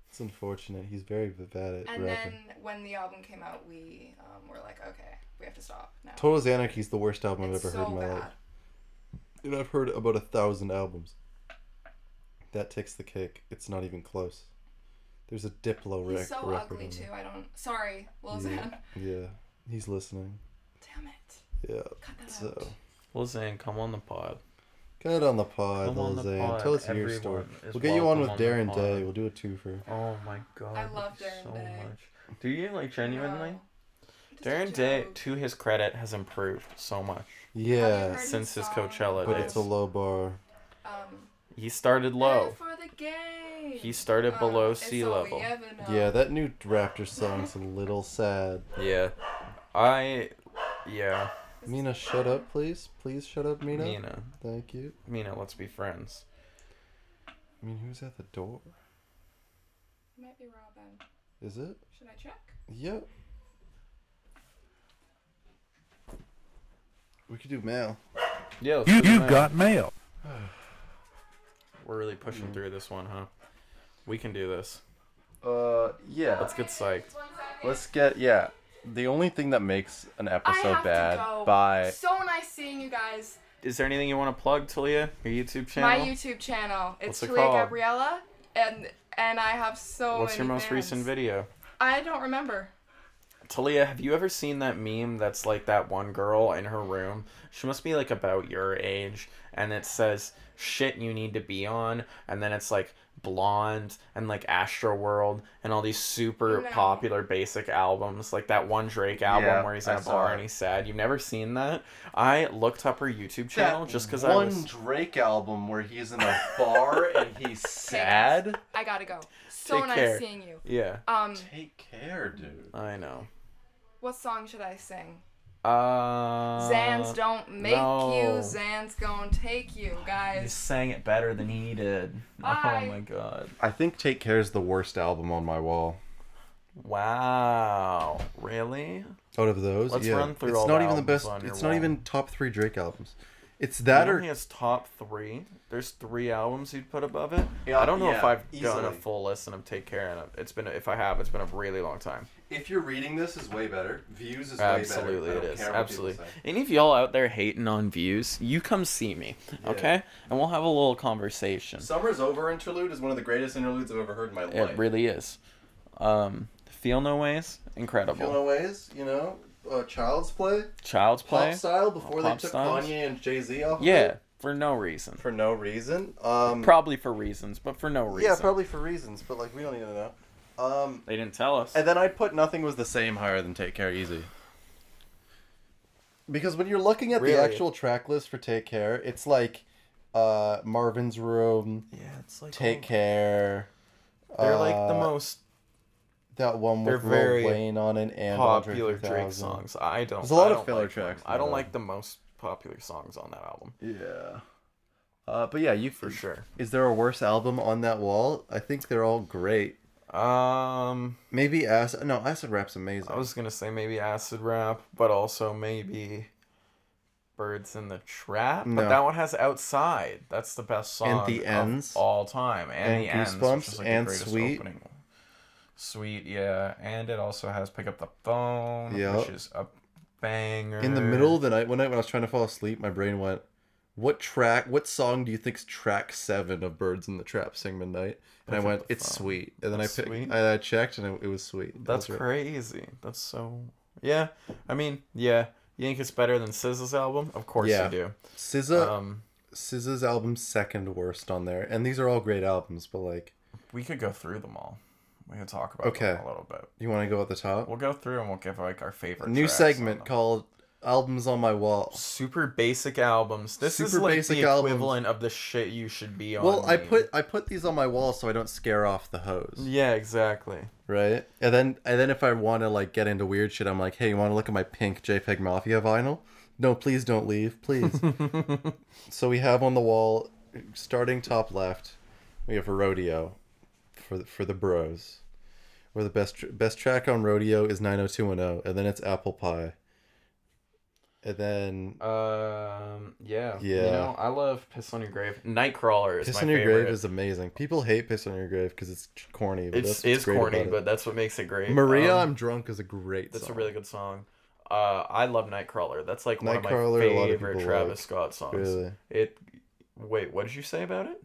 Speaker 4: It's unfortunate. He's very bad at rapping.
Speaker 5: And then when the album came out, we um, were like, okay, we have to stop now.
Speaker 4: Total Xanarchy is the worst album I've
Speaker 5: It's
Speaker 4: ever
Speaker 5: so
Speaker 4: heard in my
Speaker 5: bad.
Speaker 4: life. And I've heard about a thousand albums. That takes the cake. It's not even close. There's a Diplo rec-
Speaker 5: He's so
Speaker 4: record.
Speaker 5: ugly
Speaker 4: on
Speaker 5: too. I don't. Sorry, Lil
Speaker 4: Yeah.
Speaker 5: Xan.
Speaker 4: there. Yeah, he's listening.
Speaker 5: (laughs) Damn it.
Speaker 4: Yeah.
Speaker 5: Cut that out.
Speaker 4: So
Speaker 1: Listen, come on the pod.
Speaker 4: get on the pod,
Speaker 1: Come on the
Speaker 4: Lil Zane.
Speaker 1: pod.
Speaker 4: Tell us your
Speaker 1: Everyone
Speaker 4: story.
Speaker 1: is
Speaker 4: We'll get you on with
Speaker 1: welcome on the
Speaker 4: Darren
Speaker 1: pod.
Speaker 4: Day. We'll do a twofer.
Speaker 1: Oh my god.
Speaker 5: I love
Speaker 1: thank you
Speaker 5: Darren Day.
Speaker 1: Do you like genuinely?
Speaker 5: No. Just a
Speaker 1: Darren Day,
Speaker 5: joke.
Speaker 1: to his credit, has improved so much
Speaker 5: Have you
Speaker 4: Yeah,
Speaker 5: heard
Speaker 1: since his
Speaker 5: song,
Speaker 1: Coachella
Speaker 4: but
Speaker 1: days.
Speaker 4: it's a low bar.
Speaker 5: Um,
Speaker 1: He started
Speaker 5: low.
Speaker 1: low.
Speaker 5: For the game.
Speaker 1: He started
Speaker 5: Uh,
Speaker 1: below
Speaker 5: it's
Speaker 1: sea
Speaker 5: all we
Speaker 1: level.
Speaker 5: ever know.
Speaker 4: Yeah, that new Raptor song's a little sad.
Speaker 1: Yeah. I. Yeah.
Speaker 4: Mina, shut up, please. Please shut up, Mina.
Speaker 1: Mina.
Speaker 4: Thank you.
Speaker 1: Mina, let's be friends.
Speaker 4: I mean, who's at the door?
Speaker 5: It might be Robin.
Speaker 4: Is it?
Speaker 5: Should I check?
Speaker 4: Yep. We could do mail.
Speaker 1: Yeah. (sighs)
Speaker 10: You, you've got mail.
Speaker 1: Mm. We're really pushing through this one, huh? We can do this.
Speaker 2: Uh, yeah.
Speaker 1: Let's get psyched.
Speaker 2: Let's get yeah. The only thing that makes an
Speaker 5: I
Speaker 2: episode
Speaker 5: have
Speaker 2: bad
Speaker 5: to go.
Speaker 2: by
Speaker 5: So nice seeing you guys.
Speaker 1: Is there anything you want to plug, Talia? Your YouTube
Speaker 5: My
Speaker 1: channel?
Speaker 5: YouTube channel. It's
Speaker 1: What's it
Speaker 5: Talia
Speaker 1: called?
Speaker 5: Gabriella, and and I have so
Speaker 1: What's
Speaker 5: many
Speaker 1: your most
Speaker 5: fans.
Speaker 1: recent video?
Speaker 5: I don't remember.
Speaker 1: Talia, have you ever seen that meme that's like that one girl in her room? She must be like about your age, and it says shit you need to be on, and then it's like blonde and like Astro World and all these super
Speaker 5: No.
Speaker 1: popular basic albums, like that one Drake album
Speaker 2: Yeah,
Speaker 1: where he's
Speaker 2: I
Speaker 1: in a
Speaker 2: saw
Speaker 1: bar
Speaker 2: it.
Speaker 1: and he's sad. You've never seen that? I looked up her YouTube channel just because I
Speaker 2: one
Speaker 1: was
Speaker 2: Drake album where he's in a bar and
Speaker 5: (laughs)
Speaker 2: he's sad.
Speaker 5: I gotta go. So
Speaker 1: Take
Speaker 5: nice
Speaker 1: care.
Speaker 5: seeing you.
Speaker 1: yeah.
Speaker 5: Um,
Speaker 2: Take care, dude.
Speaker 1: I know.
Speaker 5: what song should I sing?
Speaker 1: Uh,
Speaker 5: Zans don't make
Speaker 1: no.
Speaker 5: you. Zans gonna take you,
Speaker 1: You
Speaker 5: guys.
Speaker 1: sang it better than he did.
Speaker 5: Bye.
Speaker 1: Oh my god.
Speaker 2: I think Take Care is the worst album on my wall.
Speaker 1: Wow. Really?
Speaker 4: Out of those,
Speaker 1: Let's
Speaker 4: yeah.
Speaker 1: run through
Speaker 4: it's
Speaker 1: all
Speaker 4: not
Speaker 1: the
Speaker 4: even the
Speaker 1: albums
Speaker 4: best.
Speaker 1: on your
Speaker 4: It's not
Speaker 1: wall.
Speaker 4: even top three Drake albums. It's that
Speaker 1: I
Speaker 4: or
Speaker 1: only has top three. There's three albums you'd put above it.
Speaker 2: Yeah,
Speaker 1: I don't know if
Speaker 2: yeah,
Speaker 1: I've done a
Speaker 2: easily.
Speaker 1: full listen of Take Care, and it's been if I have, it's been a really long time.
Speaker 2: If you're reading this, is way better. Views is
Speaker 1: Absolutely, it is. Absolutely. Any of y'all out there hating on views, you come see me, okay? And we'll have a little conversation.
Speaker 2: Summer's Over interlude is one of the greatest interludes I've ever heard in my life.
Speaker 1: it really is. Um, Feel No Ways, incredible.
Speaker 4: Feel No Ways, you know, uh, Child's Play,
Speaker 1: Child's Play,
Speaker 4: pop style before
Speaker 1: Pop
Speaker 4: they took
Speaker 1: styles.
Speaker 4: Kanye and Jay Z off. of
Speaker 1: yeah,
Speaker 4: it.
Speaker 1: for no reason.
Speaker 4: for no reason. Um,
Speaker 1: Probably for reasons, but for no reason.
Speaker 4: yeah, probably for reasons, but like we don't even know. Um,
Speaker 1: They didn't tell us.
Speaker 4: and then I'd put nothing was the
Speaker 2: Same higher than Take Care Easy.
Speaker 4: because when you're looking at
Speaker 1: Really?
Speaker 4: the actual track list for Take Care, it's like uh, Marvin's Room,
Speaker 1: Yeah, it's like
Speaker 4: Take Care.
Speaker 1: They're like the
Speaker 4: uh,
Speaker 1: most
Speaker 4: That one
Speaker 1: They're
Speaker 4: with
Speaker 1: very
Speaker 4: Lil Wayne on it and Andre
Speaker 1: popular Drake
Speaker 4: 3000.
Speaker 1: songs. I don't.
Speaker 4: There's a lot
Speaker 1: I
Speaker 4: of
Speaker 1: don't
Speaker 2: filler
Speaker 1: like them.
Speaker 2: tracks on
Speaker 1: I don't
Speaker 2: that
Speaker 1: like the most popular songs on that album
Speaker 2: Yeah. Uh, but yeah, you
Speaker 1: for
Speaker 4: Mm.
Speaker 1: sure.
Speaker 4: Is there a worse album on that wall? I think they're all great.
Speaker 1: Um,
Speaker 4: Maybe Acid. No, Acid Rap's amazing.
Speaker 1: I was gonna say maybe acid rap, but also maybe birds in the trap. But
Speaker 4: No.
Speaker 1: that one has outside. That's the best song.
Speaker 4: And The
Speaker 1: of
Speaker 4: Ends.
Speaker 1: all time and,
Speaker 4: And
Speaker 1: the ends,
Speaker 4: Goosebumps
Speaker 1: which is like
Speaker 4: and
Speaker 1: the greatest
Speaker 4: Sweet.
Speaker 1: Opening. Sweet, yeah, and it also has pick up the phone,
Speaker 4: Yeah.
Speaker 1: which is a banger.
Speaker 4: In the middle of the night, one night when I was trying to fall asleep, my brain went, "What track? What song do you think's track seven of Birds in the Trap Sing Midnight?" And
Speaker 1: Pick
Speaker 4: I
Speaker 1: up
Speaker 4: went,
Speaker 1: the
Speaker 4: "It's
Speaker 1: phone.
Speaker 4: sweet." And then
Speaker 1: That's
Speaker 4: I picked,
Speaker 1: sweet.
Speaker 4: I, I checked, and it, it was sweet. That
Speaker 1: That's
Speaker 4: was right.
Speaker 1: crazy. That's so. Yeah, I mean, yeah. You think it's better than SZA's album? Of course
Speaker 4: Yeah.
Speaker 1: you do.
Speaker 4: SZA,
Speaker 1: Um,
Speaker 4: SZA's album second worst on there, and these are all great albums. But like,
Speaker 1: we could go through them all. We could talk about
Speaker 4: Okay.
Speaker 1: them a little bit.
Speaker 4: you want to go at the top?
Speaker 1: We'll go through and we'll give like our favorite.
Speaker 4: New
Speaker 1: tracks on
Speaker 4: segment
Speaker 1: them.
Speaker 4: called "Albums on My Wall."
Speaker 1: Super basic albums. This is
Speaker 4: Super
Speaker 1: like
Speaker 4: basic
Speaker 1: the
Speaker 4: albums.
Speaker 1: equivalent of the shit you should be on.
Speaker 4: Well, I
Speaker 1: meme.
Speaker 4: put I put these on my wall so I don't scare off the hose,
Speaker 1: Yeah, exactly.
Speaker 4: right? And then and then if I want to like get into weird shit, I'm like, hey, you want to look at my pink JPEG Mafia vinyl? No, please don't
Speaker 1: (laughs)
Speaker 4: leave, please. so we have on the wall, starting top left, we have Rodeo, for the, for the bros, where the best tr- best track on Rodeo is 90210, and then it's Apple Pie, and then
Speaker 1: Um, yeah. You
Speaker 4: Yeah.
Speaker 1: know, I love Piss on Your Grave. Nightcrawler is
Speaker 4: Piss
Speaker 1: my
Speaker 4: on Your
Speaker 1: favorite.
Speaker 4: Grave is amazing. People hate Piss on Your Grave because it's ch- corny. But
Speaker 1: it's
Speaker 4: that's what's
Speaker 1: is
Speaker 4: great
Speaker 1: corny,
Speaker 4: about it.
Speaker 1: but that's what makes it great.
Speaker 4: Maria,
Speaker 1: Um,
Speaker 4: I'm drunk is a great.
Speaker 1: That's a
Speaker 4: song.
Speaker 1: really good song. Uh, I love Nightcrawler. That's like one of my
Speaker 4: Nightcrawler, a lot of
Speaker 1: favorite
Speaker 4: people
Speaker 1: Travis
Speaker 4: like.
Speaker 1: Scott songs.
Speaker 4: Really?
Speaker 1: It. Wait, what did you say about it?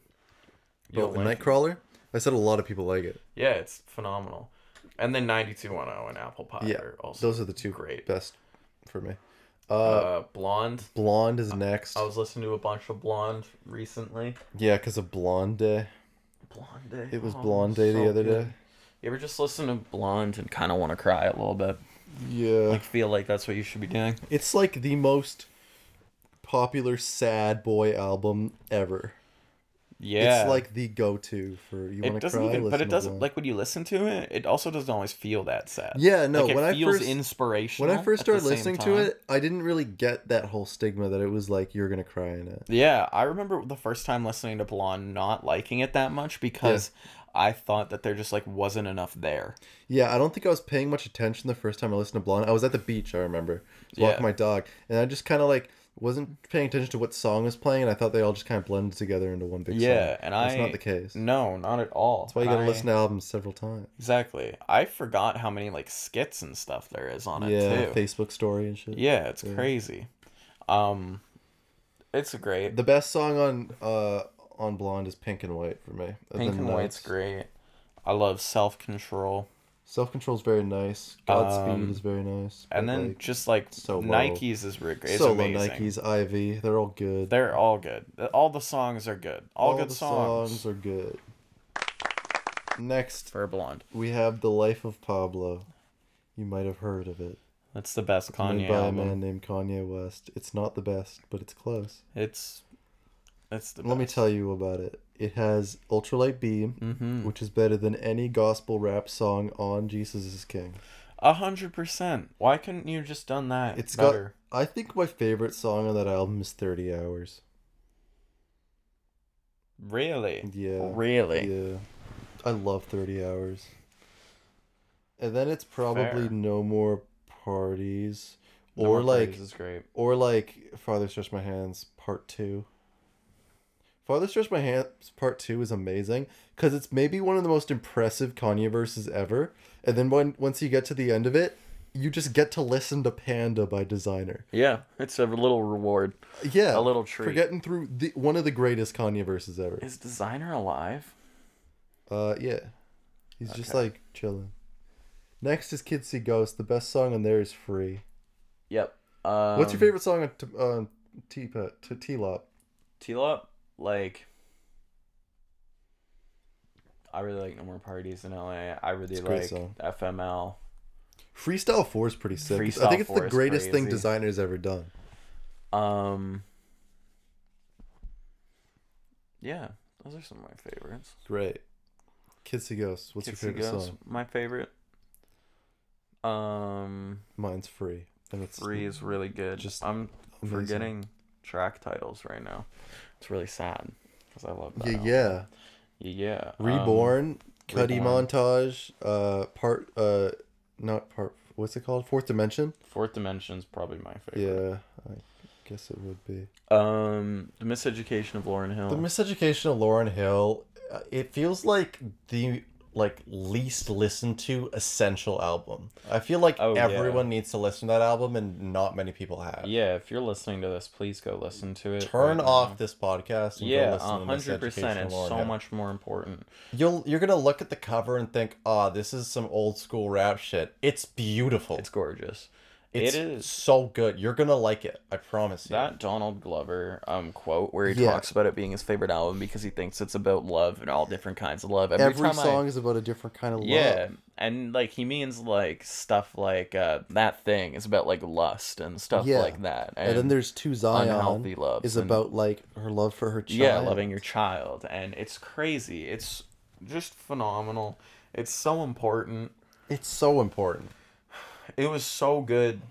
Speaker 1: You
Speaker 4: But
Speaker 1: don't like it?
Speaker 4: Nightcrawler, I said a lot of people like it.
Speaker 1: Yeah, it's phenomenal. And then 90210 and Apple Pie
Speaker 4: Yeah,
Speaker 1: are also
Speaker 4: those are the two
Speaker 1: great.
Speaker 4: best for me.
Speaker 1: Uh,
Speaker 4: Uh,
Speaker 1: Blonde.
Speaker 4: Blonde is next.
Speaker 1: Uh, I was listening to a bunch of Blonde recently.
Speaker 4: Yeah, because of Blonde Day.
Speaker 1: Blonde Day.
Speaker 4: It was
Speaker 1: oh,
Speaker 4: Blonde Day
Speaker 1: so
Speaker 4: the other
Speaker 1: good.
Speaker 4: day.
Speaker 1: You ever just listen to Blonde and kind of want to cry a little bit?
Speaker 4: Yeah,
Speaker 1: Like feel like that's what you should be doing.
Speaker 4: it's like the most popular sad boy album ever.
Speaker 1: Yeah.
Speaker 4: It's like the go-to for you
Speaker 1: it
Speaker 4: want to
Speaker 1: doesn't
Speaker 4: cry.
Speaker 1: even, but
Speaker 4: listen
Speaker 1: it
Speaker 4: to
Speaker 1: doesn't
Speaker 4: Blonde.
Speaker 1: like when you listen to it. It also doesn't always feel that sad.
Speaker 4: Yeah, no,
Speaker 1: Like, it
Speaker 4: when I
Speaker 1: feels
Speaker 4: first-
Speaker 1: inspirational.
Speaker 4: When I first
Speaker 1: at the
Speaker 4: started
Speaker 1: same
Speaker 4: listening to
Speaker 1: time.
Speaker 4: it, I didn't really get that whole stigma that it was like you're gonna cry in it.
Speaker 1: yeah, I remember the first time listening to Blonde, not liking it that much because I thought that there just like wasn't enough there.
Speaker 4: Yeah, I don't think I was paying much attention the first time I listened to Blonde. I was at the beach, I remember. I was walking
Speaker 1: Yeah.
Speaker 4: my dog, and I just kind of like wasn't paying attention to what song was playing, and I thought they all just kind of blended together into one big song.
Speaker 1: Yeah, and
Speaker 4: That's
Speaker 1: I
Speaker 4: not the case.
Speaker 1: No, not at all.
Speaker 4: That's why you gotta listen to albums several times.
Speaker 1: Exactly. I forgot how many like skits and stuff there is on it
Speaker 4: Yeah,
Speaker 1: too.
Speaker 4: Facebook story and shit.
Speaker 1: Yeah, it's crazy. Um, it's great.
Speaker 4: The best song on uh on Blonde is Pink and White for me.
Speaker 1: Pink and White's great. I love Self Control,
Speaker 4: Self Control is very nice. Godspeed is very nice.
Speaker 1: Um, and
Speaker 4: but,
Speaker 1: then
Speaker 4: like,
Speaker 1: just like
Speaker 4: Solo.
Speaker 1: Nikes is rig- is
Speaker 4: solo
Speaker 1: amazing.
Speaker 4: Nikes, Ivy, they're all good.
Speaker 1: They're all good. All the songs are good. All, good
Speaker 4: the
Speaker 1: songs.
Speaker 4: are good. Next,
Speaker 1: for Blonde.
Speaker 4: we have The Life of Pablo. You might have heard of it.
Speaker 1: That's the best Kanye
Speaker 4: Made by
Speaker 1: album.
Speaker 4: a man named Kanye West. It's not the best, but it's close.
Speaker 1: It's it's the
Speaker 4: Let me
Speaker 1: best.
Speaker 4: tell you about it. It has Ultralight Beam,
Speaker 1: Mm-hmm. Mm.
Speaker 4: which is better than any gospel rap song on Jesus is King.
Speaker 1: a hundred percent. Why couldn't you just done that?
Speaker 4: It's
Speaker 1: better.
Speaker 4: got. I think my favorite song on that album is 30 Hours.
Speaker 1: really,
Speaker 4: Yeah.
Speaker 1: really.
Speaker 4: Yeah. I love 30 hours. And then it's probably
Speaker 1: Fair.
Speaker 4: no more parties
Speaker 1: No
Speaker 4: or
Speaker 1: More
Speaker 4: like
Speaker 1: Praise is great.
Speaker 4: or like Father Stretch My Hands part 2. Father Stretch My Hands part 2 is amazing cuz it's maybe one of the most impressive Kanye verses ever. And then when once you get to the end of it, you just get to listen to Panda by Designer.
Speaker 1: Yeah, it's a little reward.
Speaker 4: Yeah.
Speaker 1: A little treat.
Speaker 4: For getting through the, one of the greatest Kanye verses ever.
Speaker 1: Is designer alive?
Speaker 4: Uh, yeah. He's just
Speaker 1: Okay.
Speaker 4: like chilling. Next is Kids See Ghosts. The best song on there is Free.
Speaker 1: Yep. Um,
Speaker 4: What's your favorite song on t- on T to T Lop?
Speaker 1: T-Lop, like, I really like No More Parties in LA. I really
Speaker 4: It's a great
Speaker 1: like
Speaker 4: song.
Speaker 1: FML.
Speaker 4: Freestyle Four is pretty sick. I
Speaker 1: Freestyle
Speaker 4: think it's
Speaker 1: 4
Speaker 4: the
Speaker 1: is
Speaker 4: greatest thing
Speaker 1: crazy.
Speaker 4: designer's ever done.
Speaker 1: Um, yeah, those are some of my favorites.
Speaker 4: Great. Kids See Ghosts. What's
Speaker 1: Kitsy
Speaker 4: your favorite
Speaker 1: Ghost,
Speaker 4: song?
Speaker 1: My favorite. Um,
Speaker 4: Mine's Free. And it's
Speaker 1: three is really good.
Speaker 4: just
Speaker 1: Just I'm
Speaker 4: amazing.
Speaker 1: forgetting track titles right now. It's really sad because I love that.
Speaker 4: Yeah,
Speaker 1: album.
Speaker 4: yeah.
Speaker 1: yeah. um,
Speaker 4: Reborn, Cuddy
Speaker 1: Reborn.
Speaker 4: montage, uh, part, uh, not part. What's it called? Fourth Dimension.
Speaker 1: Fourth Dimension's probably my favorite.
Speaker 4: Yeah, I guess it would be.
Speaker 1: Um, The Miseducation of Lauren Hill.
Speaker 4: The Miseducation of Lauren Hill, uh, it feels like the like least listened to essential album. I feel like
Speaker 1: Oh, yeah.
Speaker 4: everyone needs to listen to that album and not many people have.
Speaker 1: yeah, if you're listening to this, please go listen to it.
Speaker 4: Turn
Speaker 1: right
Speaker 4: off
Speaker 1: now.
Speaker 4: this podcast and
Speaker 1: yeah,
Speaker 4: go listen
Speaker 1: hundred
Speaker 4: to the Miseducation
Speaker 1: percent.
Speaker 4: of
Speaker 1: It's
Speaker 4: Lauryn
Speaker 1: so
Speaker 4: Hill.
Speaker 1: much more important.
Speaker 4: You'll you're going to look at the cover and think, "Ah, this is some old school rap shit." It's beautiful.
Speaker 1: It's gorgeous.
Speaker 4: It's
Speaker 1: It is
Speaker 4: so good. You're going to like it. I promise you.
Speaker 1: that Donald Glover um quote where he
Speaker 4: Yeah.
Speaker 1: talks about it being his favorite album because he thinks it's about love and all different kinds of love. Every, time I-
Speaker 4: is about a different kind of
Speaker 1: Yeah, and like he means like stuff like uh, that thing is about like lust and stuff
Speaker 4: Yeah.
Speaker 1: like that.
Speaker 4: and, then there's two Zion
Speaker 1: unhealthy loves
Speaker 4: is
Speaker 1: and-
Speaker 4: about like her love for her child.
Speaker 1: yeah, loving your child, and it's crazy. It's just phenomenal. It's so important.
Speaker 4: It's so important.
Speaker 1: It was so good,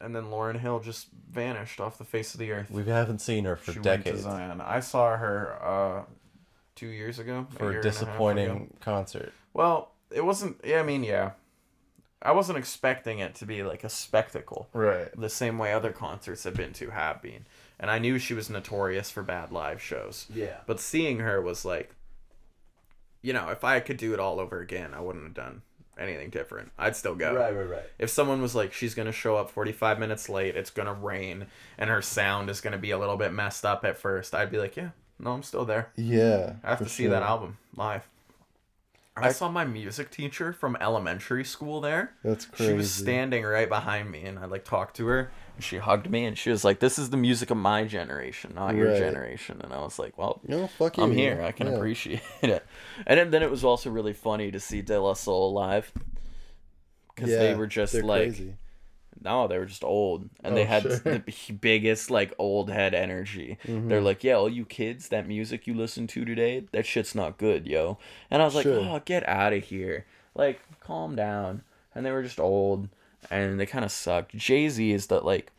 Speaker 1: and then Lauren Hill just vanished off the face of the earth.
Speaker 4: We haven't seen her for
Speaker 1: she went to
Speaker 4: decades
Speaker 1: Zion. I saw her uh, two years ago. a year
Speaker 4: for
Speaker 1: and
Speaker 4: a
Speaker 1: a half ago.
Speaker 4: disappointing concert.
Speaker 1: Well, it wasn't. Yeah, I mean, yeah, I wasn't expecting it to be like a spectacle.
Speaker 4: Right.
Speaker 1: the same way other concerts have been too have been. And I knew she was notorious for bad live shows.
Speaker 4: Yeah.
Speaker 1: But seeing her was like, you know, if I could do it all over again, I wouldn't have done anything different. I'd still go.
Speaker 4: Right. Right.
Speaker 1: If someone was like, she's going to show up 45 minutes late, it's going to rain, and her sound is going to be a little bit messed up at first, I'd be like, yeah, no, I'm still there.
Speaker 4: Yeah.
Speaker 1: I have
Speaker 4: for
Speaker 1: to see that
Speaker 4: sure.
Speaker 1: album live. I saw my music teacher from elementary school there.
Speaker 4: That's
Speaker 1: She was
Speaker 4: crazy.
Speaker 1: standing right behind me, and I like talked to her, and she hugged me, and she was like, "This is the music of my generation, not your
Speaker 4: Right.
Speaker 1: generation." And I was like, "Well,
Speaker 4: No, fuck you.
Speaker 1: I'm here. I can
Speaker 4: Yeah.
Speaker 1: appreciate it." And then- then it was also really funny to see De La Soul live because they
Speaker 4: Yeah,
Speaker 1: were just
Speaker 4: they're
Speaker 1: like,
Speaker 4: crazy.
Speaker 1: no, they were just old, and
Speaker 4: Oh,
Speaker 1: they had
Speaker 4: sure. Mm-hmm.
Speaker 1: the b- biggest like old head energy. They're like, "Yeah, all you kids, that music you listen to today, that shit's not good, yo." And I was like,
Speaker 4: Sure.
Speaker 1: "Oh, get out of here! Like, calm down." And they were just old, and they kind of sucked. Jay Z is that like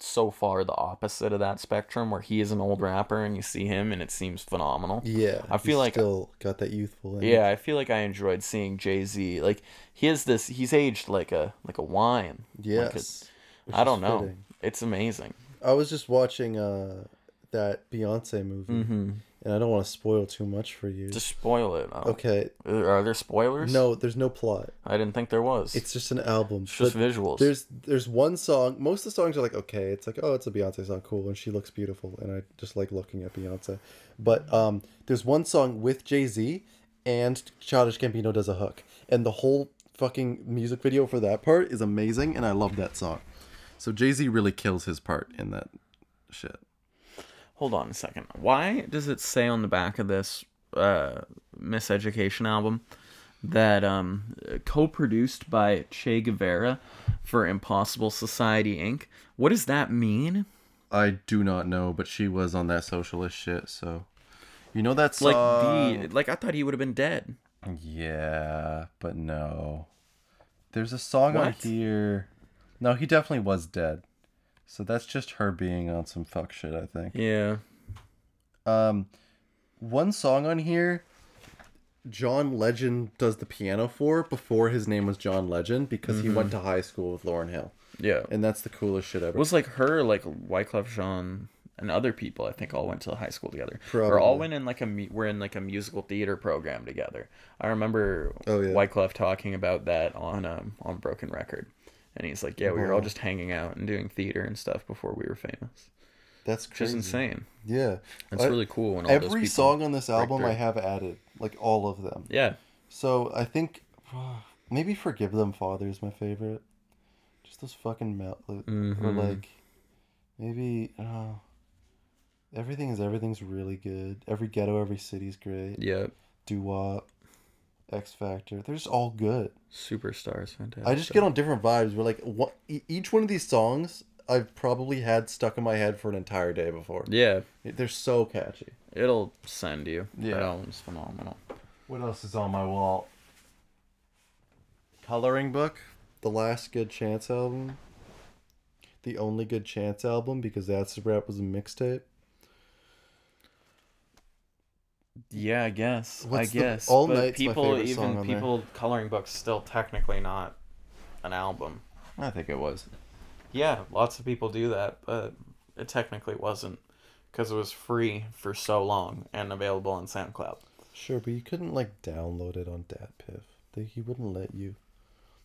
Speaker 1: so far the opposite of that spectrum, where he is an old rapper, and you see him, and it seems phenomenal.
Speaker 4: Yeah.
Speaker 1: I feel
Speaker 4: he's
Speaker 1: like-
Speaker 4: still got that youthful. energy.
Speaker 1: Yeah, I feel like I enjoyed seeing Jay Z. Like he has this, he's aged like a like a wine. Like a-
Speaker 4: Yes. Which
Speaker 1: I
Speaker 4: is
Speaker 1: don't know.
Speaker 4: fitting.
Speaker 1: It's amazing.
Speaker 4: I was just watching uh, that Beyonce movie, and I don't want to spoil too much for you.
Speaker 1: Mm-hmm. Just spoil it. I don't-
Speaker 4: okay,
Speaker 1: Are there spoilers?
Speaker 4: no, there's no plot.
Speaker 1: I didn't think there was.
Speaker 4: It's just an album.
Speaker 1: It's just
Speaker 4: but
Speaker 1: visuals.
Speaker 4: There's there's one song. Most of the songs are like okay, it's like oh, it's a Beyonce song, cool, and she looks beautiful, and I just like looking at Beyonce. But um, there's one song with Jay Z and Childish Gambino does a hook, and the whole fucking music video for that part is amazing, and I love that song. So Jay Z really kills his part in that shit.
Speaker 1: Hold on a second. Why does it say on the back of this uh, Miseducation album that um, co-produced by Che Guevara for Impossible Society Inc. What does that mean?
Speaker 4: I do not know, but she was on that socialist shit, so you know that's
Speaker 1: Like the like I thought he would have been dead.
Speaker 2: Yeah, but no. There's a song on
Speaker 1: What?
Speaker 2: here. No, he definitely was dead. So that's just her being on some fuck shit, I think.
Speaker 1: Yeah.
Speaker 4: one song on here John Legend does the piano for before his name was John Legend because he went
Speaker 1: Mm-hmm.
Speaker 4: to high school with Lauren Hill.
Speaker 1: Yeah. It
Speaker 4: And that's the coolest shit ever.
Speaker 1: was like her, like Wyclef Jean and other people I think all went to high school together. Or all
Speaker 4: Probably.
Speaker 1: went in like a mu- we're in like a musical theater program together. I remember
Speaker 4: Oh, yeah.
Speaker 1: Wyclef talking about that on um on Broken Record. And he's like, Yeah, we were all just hanging out and doing theater and stuff before we were famous.
Speaker 4: that's
Speaker 1: Which is
Speaker 4: crazy.
Speaker 1: insane.
Speaker 4: Yeah.
Speaker 1: It's
Speaker 4: I-
Speaker 1: really cool when all those
Speaker 4: Every
Speaker 1: people
Speaker 4: song on this
Speaker 1: break
Speaker 4: album I
Speaker 1: through.
Speaker 4: have added, like all of them.
Speaker 1: Yeah.
Speaker 4: So I think (sighs) maybe Forgive Them Father is my favorite. Just those fucking melt or
Speaker 1: Mm-hmm.
Speaker 4: like maybe uh, everything is everything's really good. Every ghetto, every city's great.
Speaker 1: Yeah.
Speaker 4: Doo Wop, X Factor. They're just all good.
Speaker 1: Superstars, fantastic.
Speaker 4: I just get on different vibes. Where like what, e- each one of these songs, I've probably had stuck in my head for an entire day before.
Speaker 1: Yeah.
Speaker 4: They're so catchy.
Speaker 1: It'll send you. Yeah.
Speaker 4: Yeah.
Speaker 1: That album's phenomenal.
Speaker 4: What else is on my wall? Coloring book, the last Good Chance album, the only Good Chance album because that's the rap was a mixtape.
Speaker 1: Yeah, I guess.
Speaker 4: What's
Speaker 1: I
Speaker 4: the-
Speaker 1: guess.
Speaker 4: All
Speaker 1: but
Speaker 4: Night's my
Speaker 1: people
Speaker 4: favorite
Speaker 1: even
Speaker 4: song on there.
Speaker 1: people coloring books still technically not an album.
Speaker 2: I think it was.
Speaker 1: Yeah, lots of people do that, but it technically wasn't because it was free for so long and available on SoundCloud.
Speaker 4: Sure, but you couldn't like download it on DatPiff. They, he wouldn't let you.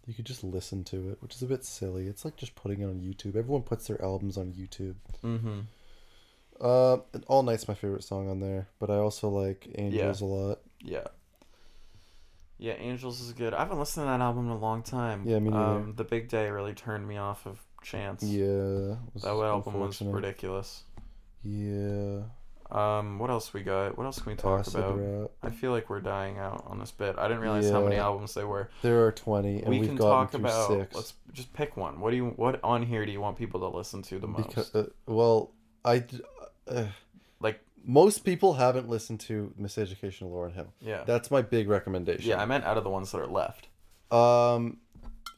Speaker 4: You could just listen to it, which is a bit silly. It's like just putting it on YouTube. Everyone puts their albums on YouTube.
Speaker 1: Mm-hmm.
Speaker 4: Uh, and All Night's my favorite song on there, but I also like Angels a lot.
Speaker 1: Yeah. Yeah, Angels is good. I haven't listened to that album in a long time.
Speaker 4: Yeah, me neither.
Speaker 1: Um, the Big Day really turned me off of Chance.
Speaker 4: Yeah, it was
Speaker 1: That album was
Speaker 4: unfortunate.
Speaker 1: ridiculous.
Speaker 4: Yeah,
Speaker 1: Um, what else we got? What else can we talk
Speaker 4: Acid
Speaker 1: about?
Speaker 4: Rap.
Speaker 1: I feel like we're dying out on this bit. I didn't realize how many
Speaker 4: Yeah.
Speaker 1: albums they were.
Speaker 4: There are twenty, and
Speaker 1: we
Speaker 4: we have
Speaker 1: can
Speaker 4: gotten
Speaker 1: talk
Speaker 4: through
Speaker 1: about.
Speaker 4: 6
Speaker 1: Let's just pick one. What do you? What on here do you want people to listen to the most?
Speaker 4: because uh, well, I d- uh,
Speaker 1: like,
Speaker 4: most people haven't listened to Miseducation of Lauren Hill.
Speaker 1: Yeah.
Speaker 4: that's my big recommendation.
Speaker 1: yeah, I meant out of the ones that are left.
Speaker 4: Um,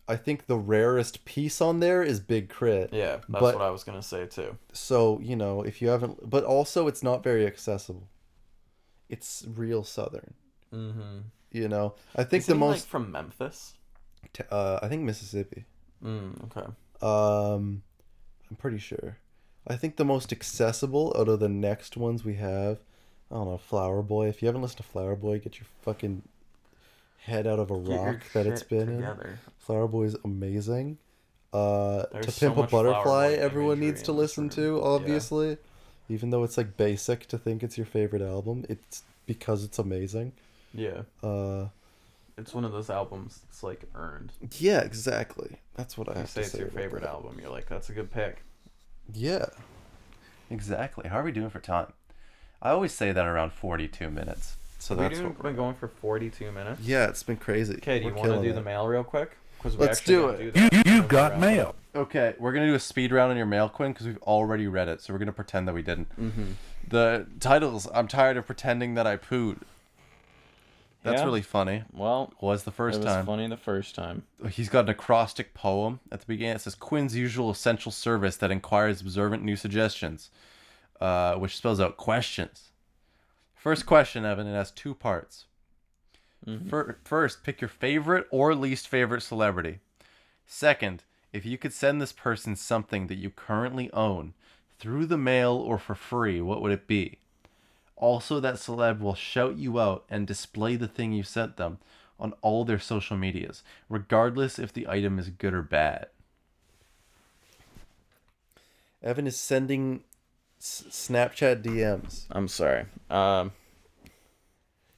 Speaker 4: I think the rarest piece on there is Big Crit.
Speaker 1: Yeah, that's
Speaker 4: But-
Speaker 1: what I was gonna say too.
Speaker 4: So you know, if you haven't, but also it's not very accessible. It's real Southern.
Speaker 1: Mm-hmm.
Speaker 4: You know, I think
Speaker 1: Is
Speaker 4: the
Speaker 1: he,
Speaker 4: most.
Speaker 1: like, from Memphis.
Speaker 4: t- uh, I think Mississippi.
Speaker 1: Mm, okay.
Speaker 4: Um, I'm pretty sure. I think the most accessible out of the next ones we have, I don't know, Flower Boy. If you haven't listened to Flower Boy, get your fucking head out of a
Speaker 1: Get your
Speaker 4: rock that it's
Speaker 1: shit
Speaker 4: been in.
Speaker 1: together.
Speaker 4: Flower Boy is amazing. Uh,
Speaker 1: There's
Speaker 4: to
Speaker 1: so
Speaker 4: Pimp a
Speaker 1: much Flower
Speaker 4: Butterfly,
Speaker 1: Boy
Speaker 4: everyone
Speaker 1: imagery
Speaker 4: needs to
Speaker 1: in this
Speaker 4: listen
Speaker 1: room.
Speaker 4: to,
Speaker 1: Yeah.
Speaker 4: obviously. Even though it's like basic to think it's your favorite album, it's because it's amazing.
Speaker 1: Yeah,
Speaker 4: Uh,
Speaker 1: it's one of those albums that's like earned.
Speaker 4: yeah, exactly. That's what I
Speaker 1: You
Speaker 4: have
Speaker 1: say
Speaker 4: to
Speaker 1: it's
Speaker 4: say.
Speaker 1: your
Speaker 4: about
Speaker 1: favorite
Speaker 4: that.
Speaker 1: album. You're like, that's a good pick.
Speaker 4: Yeah.
Speaker 2: Exactly. How are we doing for time? I always say that around 42 minutes. So
Speaker 1: We've
Speaker 2: that's what we're
Speaker 1: been going for 42 minutes.
Speaker 4: Yeah, it's been crazy.
Speaker 1: Okay, do you
Speaker 4: We're
Speaker 1: want to
Speaker 4: killing
Speaker 1: do
Speaker 4: it.
Speaker 1: the mail real quick? Because
Speaker 4: Let's do it.
Speaker 1: You, you've got
Speaker 6: Mail.
Speaker 2: Okay, we're gonna do a speed round on your mail, Quinn, because we've already read it, so we're gonna pretend that we didn't.
Speaker 4: Mm-hmm.
Speaker 2: The titles. I'm tired of pretending that I pooed. That's
Speaker 1: Yeah.
Speaker 2: really funny.
Speaker 1: Well,
Speaker 2: Was the first
Speaker 1: it was
Speaker 2: time
Speaker 1: funny the first time.
Speaker 2: he's got an acrostic poem at the beginning. It says Quinn's usual essential service that inquires observant new suggestions, uh, which spells out questions. First question, Evan. It has two parts. Fir- first, pick your favorite or least favorite celebrity. Second, If you could send this person something that you currently own through the mail or for free, what would it be? Also, that celeb will shout you out and display the thing you sent them on all their social medias, regardless if the item is good or bad.
Speaker 4: Evan is sending s- Snapchat DMs.
Speaker 1: I'm sorry. Um,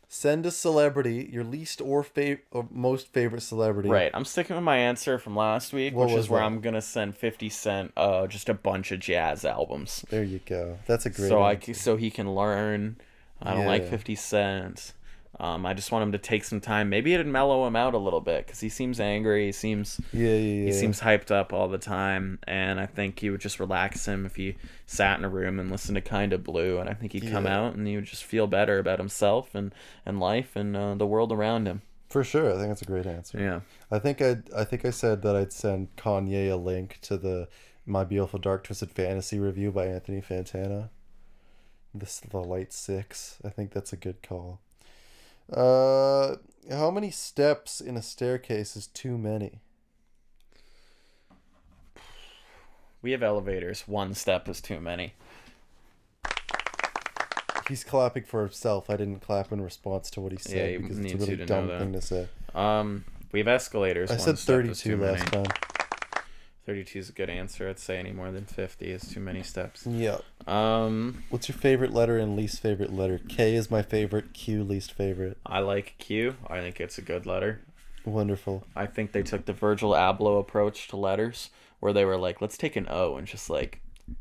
Speaker 4: Send a celebrity, your least or, fav- or most favorite celebrity.
Speaker 1: right. I'm sticking with my answer from last week,
Speaker 4: What
Speaker 1: which
Speaker 4: was
Speaker 1: is where
Speaker 4: that?
Speaker 1: I'm gonna send 50 Cent uh just a bunch of jazz albums,
Speaker 4: There you go. That's a great.
Speaker 1: so I
Speaker 4: one.
Speaker 1: c- so he can learn. I don't like
Speaker 4: Yeah.
Speaker 1: 50 Cent. Um, I just want him to take some time. Maybe it'd mellow him out a little bit because he seems angry. He seems
Speaker 4: Yeah, yeah, yeah.
Speaker 1: he seems hyped up all the time, and I think he would just relax him if he sat in a room and listened to Kind of Blue, and I think he'd come
Speaker 4: Yeah.
Speaker 1: out and he would just feel better about himself and and life and uh, the world around him.
Speaker 4: for sure. I think that's a great answer.
Speaker 1: Yeah.
Speaker 4: I think I I think I said that I'd send Kanye a link to the My Beautiful Dark Twisted Fantasy review by Anthony Fantana. This the light six. I think that's a good call. Uh, how many steps in a staircase is too many?
Speaker 1: We have elevators. One step is too many.
Speaker 4: He's clapping for himself. I didn't clap in response to what he
Speaker 1: Yeah,
Speaker 4: said
Speaker 1: you
Speaker 4: because it's
Speaker 1: need
Speaker 4: a really
Speaker 1: to know
Speaker 4: dumb
Speaker 1: that.
Speaker 4: thing to say.
Speaker 1: Um, we have escalators.
Speaker 4: I
Speaker 1: One step
Speaker 4: said
Speaker 1: is
Speaker 4: thirty-two
Speaker 1: too many.
Speaker 4: last time.
Speaker 1: 32 is a good answer. I'd say any more than 50 is too many steps.
Speaker 4: Yeah.
Speaker 1: Um,
Speaker 4: What's your favorite letter and least favorite letter? K is my favorite. Q least favorite.
Speaker 1: I like Q. I think it's a good letter.
Speaker 4: Wonderful.
Speaker 1: I think they took the Virgil Abloh approach to letters, where they were like, let's take an O and just like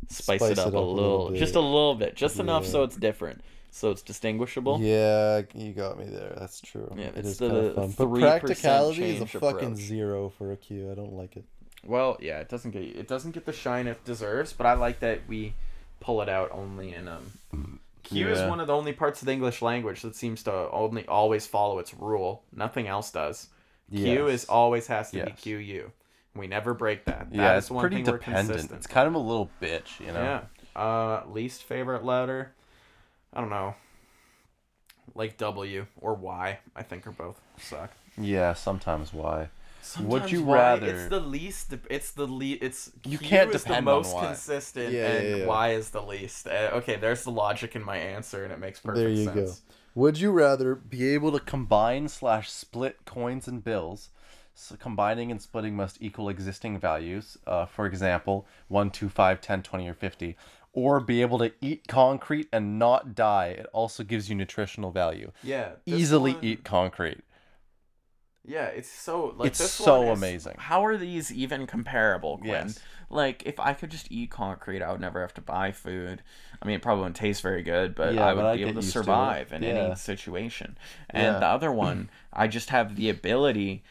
Speaker 1: spice, it up, a little,
Speaker 4: bit.
Speaker 1: just a little bit, just enough so it's different, so it's distinguishable.
Speaker 4: Yeah, you got me there. That's true.
Speaker 1: Yeah,
Speaker 4: it
Speaker 1: it's
Speaker 4: is
Speaker 1: the
Speaker 4: kind of fun. But
Speaker 1: 3%
Speaker 4: practicality is a
Speaker 1: change
Speaker 4: fucking
Speaker 1: approach.
Speaker 4: zero for a Q. I don't like it.
Speaker 1: Well, yeah, it doesn't get it doesn't get the shine it deserves, but I like that we pull it out only in um. Q is
Speaker 2: Yeah.
Speaker 1: one of the only parts of the English language that seems to only always follow its rule. Nothing else does. Q
Speaker 2: Yes.
Speaker 1: is always has to
Speaker 2: Yes.
Speaker 1: be QU. We never break that. That is
Speaker 2: yeah, it's
Speaker 1: one
Speaker 2: pretty
Speaker 1: thing We're
Speaker 2: dependent.
Speaker 1: consistent.
Speaker 2: It's kind of a little bitch, you know.
Speaker 1: Yeah. Uh, least favorite letter. I don't know. Like W or Y, I think, are both suck.
Speaker 2: Yeah, sometimes why?
Speaker 1: Sometimes
Speaker 2: you
Speaker 1: Y,
Speaker 2: rather-
Speaker 1: It's the least. It's the least. It's
Speaker 2: You
Speaker 1: Q
Speaker 2: can't
Speaker 1: is the
Speaker 2: depend on
Speaker 1: most
Speaker 2: Y.
Speaker 1: consistent,
Speaker 4: Yeah,
Speaker 1: and
Speaker 4: yeah, yeah.
Speaker 1: Y is the least. Uh, okay, there's the logic in my answer, and it makes perfect
Speaker 4: there you go.
Speaker 1: sense.
Speaker 4: Would you rather be
Speaker 2: Be able to combine slash split coins and bills. So combining and splitting must equal existing values. Uh, for example, 1, 2, 5, 10, 20, or 50. Or be able to eat concrete and not die. It also gives you nutritional value.
Speaker 1: Yeah. this
Speaker 2: Easily e-,
Speaker 1: one-
Speaker 2: eat concrete.
Speaker 1: Yeah, it's so like
Speaker 2: It's
Speaker 1: this
Speaker 2: so
Speaker 1: one is-
Speaker 2: amazing.
Speaker 1: How are these even comparable, Quinn?
Speaker 2: Yes.
Speaker 1: Like if I could just eat concrete, I would never have to buy food. I mean, it probably wouldn't taste very good, but
Speaker 2: Yeah,
Speaker 1: I
Speaker 2: but
Speaker 1: would
Speaker 2: I'd
Speaker 1: be
Speaker 2: get
Speaker 1: able to
Speaker 2: used to it.
Speaker 1: survive in
Speaker 2: Yeah.
Speaker 1: any situation. And
Speaker 2: Yeah.
Speaker 1: the other one, I just have the ability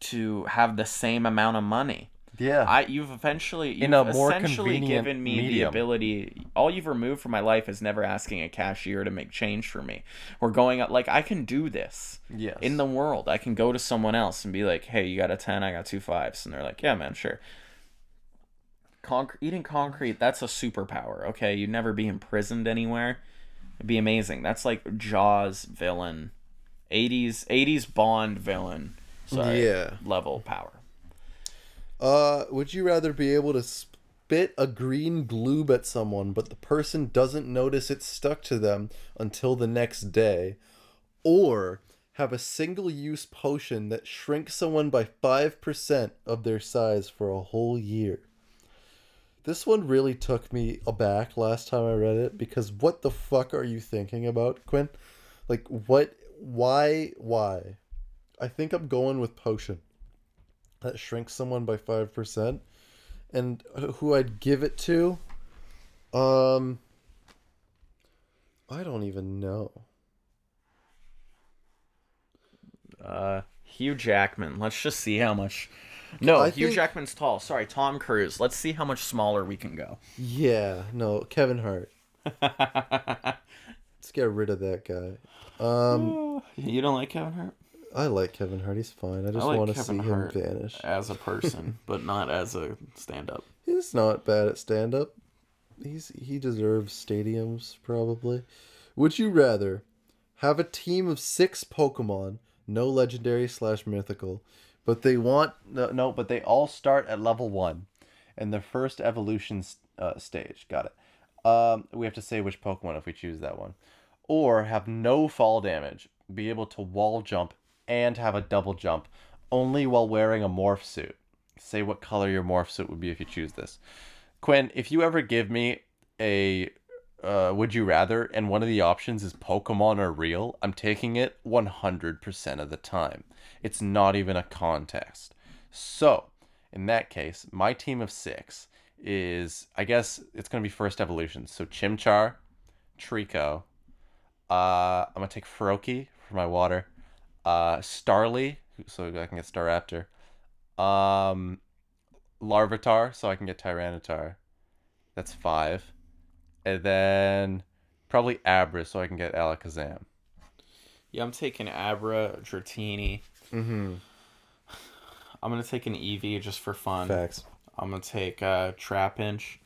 Speaker 1: to have the same amount of money.
Speaker 2: Yeah.
Speaker 1: I you've eventually you've
Speaker 2: In a more
Speaker 1: essentially
Speaker 2: convenient
Speaker 1: given me the
Speaker 2: medium.
Speaker 1: ability. All you've removed from my life is never asking a cashier to make change for me. We're going out like I can do this.
Speaker 2: Yes.
Speaker 1: In the world, I can go to someone else and be like, "Hey, you got a ten? I got two fives. and they're like, "Yeah, man, sure." Conc- eating concrete, that's a superpower. Okay, you'd never be imprisoned anywhere. It'd be amazing. That's like Jaws villain, eighties eighties Bond villain. Sorry,
Speaker 4: Yeah.
Speaker 1: level power.
Speaker 4: uh would you rather be able to spit a green gloob at someone but the person doesn't notice it's stuck to them until the next day or have a single use potion that shrinks someone by 5% of their size for a whole year. This one really took me aback last time I read it because what the fuck are you thinking about, Quinn? Like what why why? I think I'm going with potion. That shrinks someone by 5% and who I'd give it to um I don't even know.
Speaker 1: Uh, Hugh Jackman. Let's just see how much. No,
Speaker 4: I
Speaker 1: Hugh
Speaker 4: think-
Speaker 1: Jackman's tall. Sorry, Tom Cruise. Let's see how much smaller we can go.
Speaker 4: Yeah, no, Kevin Hart. Let's get rid of that guy. Um,
Speaker 1: (laughs) You don't like Kevin Hart
Speaker 4: I like Kevin Hart. He's fine. I just
Speaker 1: like
Speaker 4: want to see
Speaker 1: Kevin Hart.
Speaker 4: him vanish.
Speaker 1: as a
Speaker 4: (laughs)
Speaker 1: person, but not as a stand-up.
Speaker 4: He's not bad at stand up. He's he deserves stadiums probably. Would you rather have a team of six Pokemon no legendary slash mythical, but they want
Speaker 2: No, no, but they all start at level one, in the first evolution s- uh, stage. Got it. Um, we have to say which Pokemon if we choose that one, or have no fall damage, be able to wall jump and have a double jump, only while wearing a morph suit. Say what color your morph suit would be if you choose this. Quinn, if you ever give me a uh, would you rather, and one of the options is Pokemon are real, I'm taking it 100% of the time. It's not even a contest. So, in that case, my team of six is, I guess it's going to be first evolution. So, Chimchar, Trico, uh, I'm going to take Froakie for my water, uh, Starly, so I can get Staraptor, um, Larvitar, so I can get Tyranitar. That's five and then probably Abra, so I can get Alakazam.
Speaker 1: Yeah, I'm taking Abra, Dratini.
Speaker 4: Mm-hmm.
Speaker 1: I'm gonna take an Eevee just for fun.
Speaker 4: facts.
Speaker 1: I'm gonna take uh, Trapinch.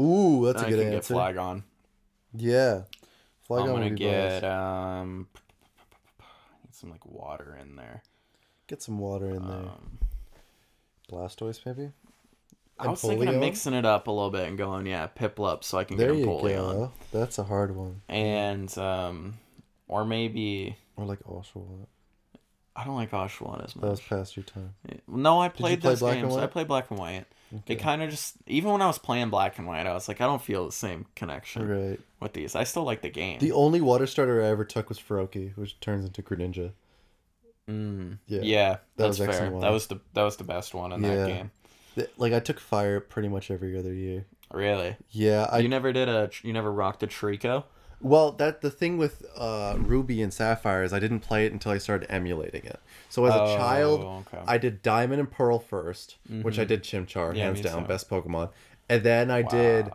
Speaker 4: Ooh, that's
Speaker 1: That's
Speaker 4: a
Speaker 1: I
Speaker 4: good
Speaker 1: can get
Speaker 4: answer.
Speaker 1: Flygon.
Speaker 4: Yeah, Flygon
Speaker 1: I'm
Speaker 4: would
Speaker 1: gonna
Speaker 4: be balls.
Speaker 1: get um, get some like water in there.
Speaker 4: Get some water in there.
Speaker 1: Um,
Speaker 4: Blastoise, maybe.
Speaker 1: I was thinking of
Speaker 4: Empoleon?
Speaker 1: mixing it up a little bit and going, yeah, Piplup, so I can
Speaker 4: There
Speaker 1: get
Speaker 4: you
Speaker 1: Empoleon.
Speaker 4: go. That's a hard one.
Speaker 1: and um, or maybe
Speaker 4: Or like Oshawott.
Speaker 1: I don't like Oshawott as
Speaker 4: That was
Speaker 1: much.
Speaker 4: past your time.
Speaker 1: No, I
Speaker 4: you
Speaker 1: played
Speaker 4: play
Speaker 1: those
Speaker 4: Black and
Speaker 1: games. I
Speaker 4: White?
Speaker 1: played Black and White. They kind of just even when I was playing Black and White, I was like, I don't feel the same connection
Speaker 4: Right.
Speaker 1: with these. I still like the game.
Speaker 4: The only water starter I ever took was Feroki, which turns into Greninja.
Speaker 1: Mm,
Speaker 4: Yeah.
Speaker 1: yeah,
Speaker 4: That
Speaker 1: that's
Speaker 4: was
Speaker 1: fair.
Speaker 4: excellent.
Speaker 1: That was the that was the best one in
Speaker 4: Yeah.
Speaker 1: that game.
Speaker 4: Th- Like I took fire pretty much every other year.
Speaker 1: Really,
Speaker 4: Yeah, I
Speaker 1: you never did a you never rocked a Trico.
Speaker 4: well that the thing with uh, Ruby and Sapphire is I didn't play it until I started emulating it. So as a child,
Speaker 1: Oh, okay. Mm-hmm.
Speaker 4: I did Diamond and Pearl 1st which I did Chimchar
Speaker 1: Yeah,
Speaker 4: hands
Speaker 1: me
Speaker 4: down
Speaker 1: too.
Speaker 4: best Pokemon, and then I did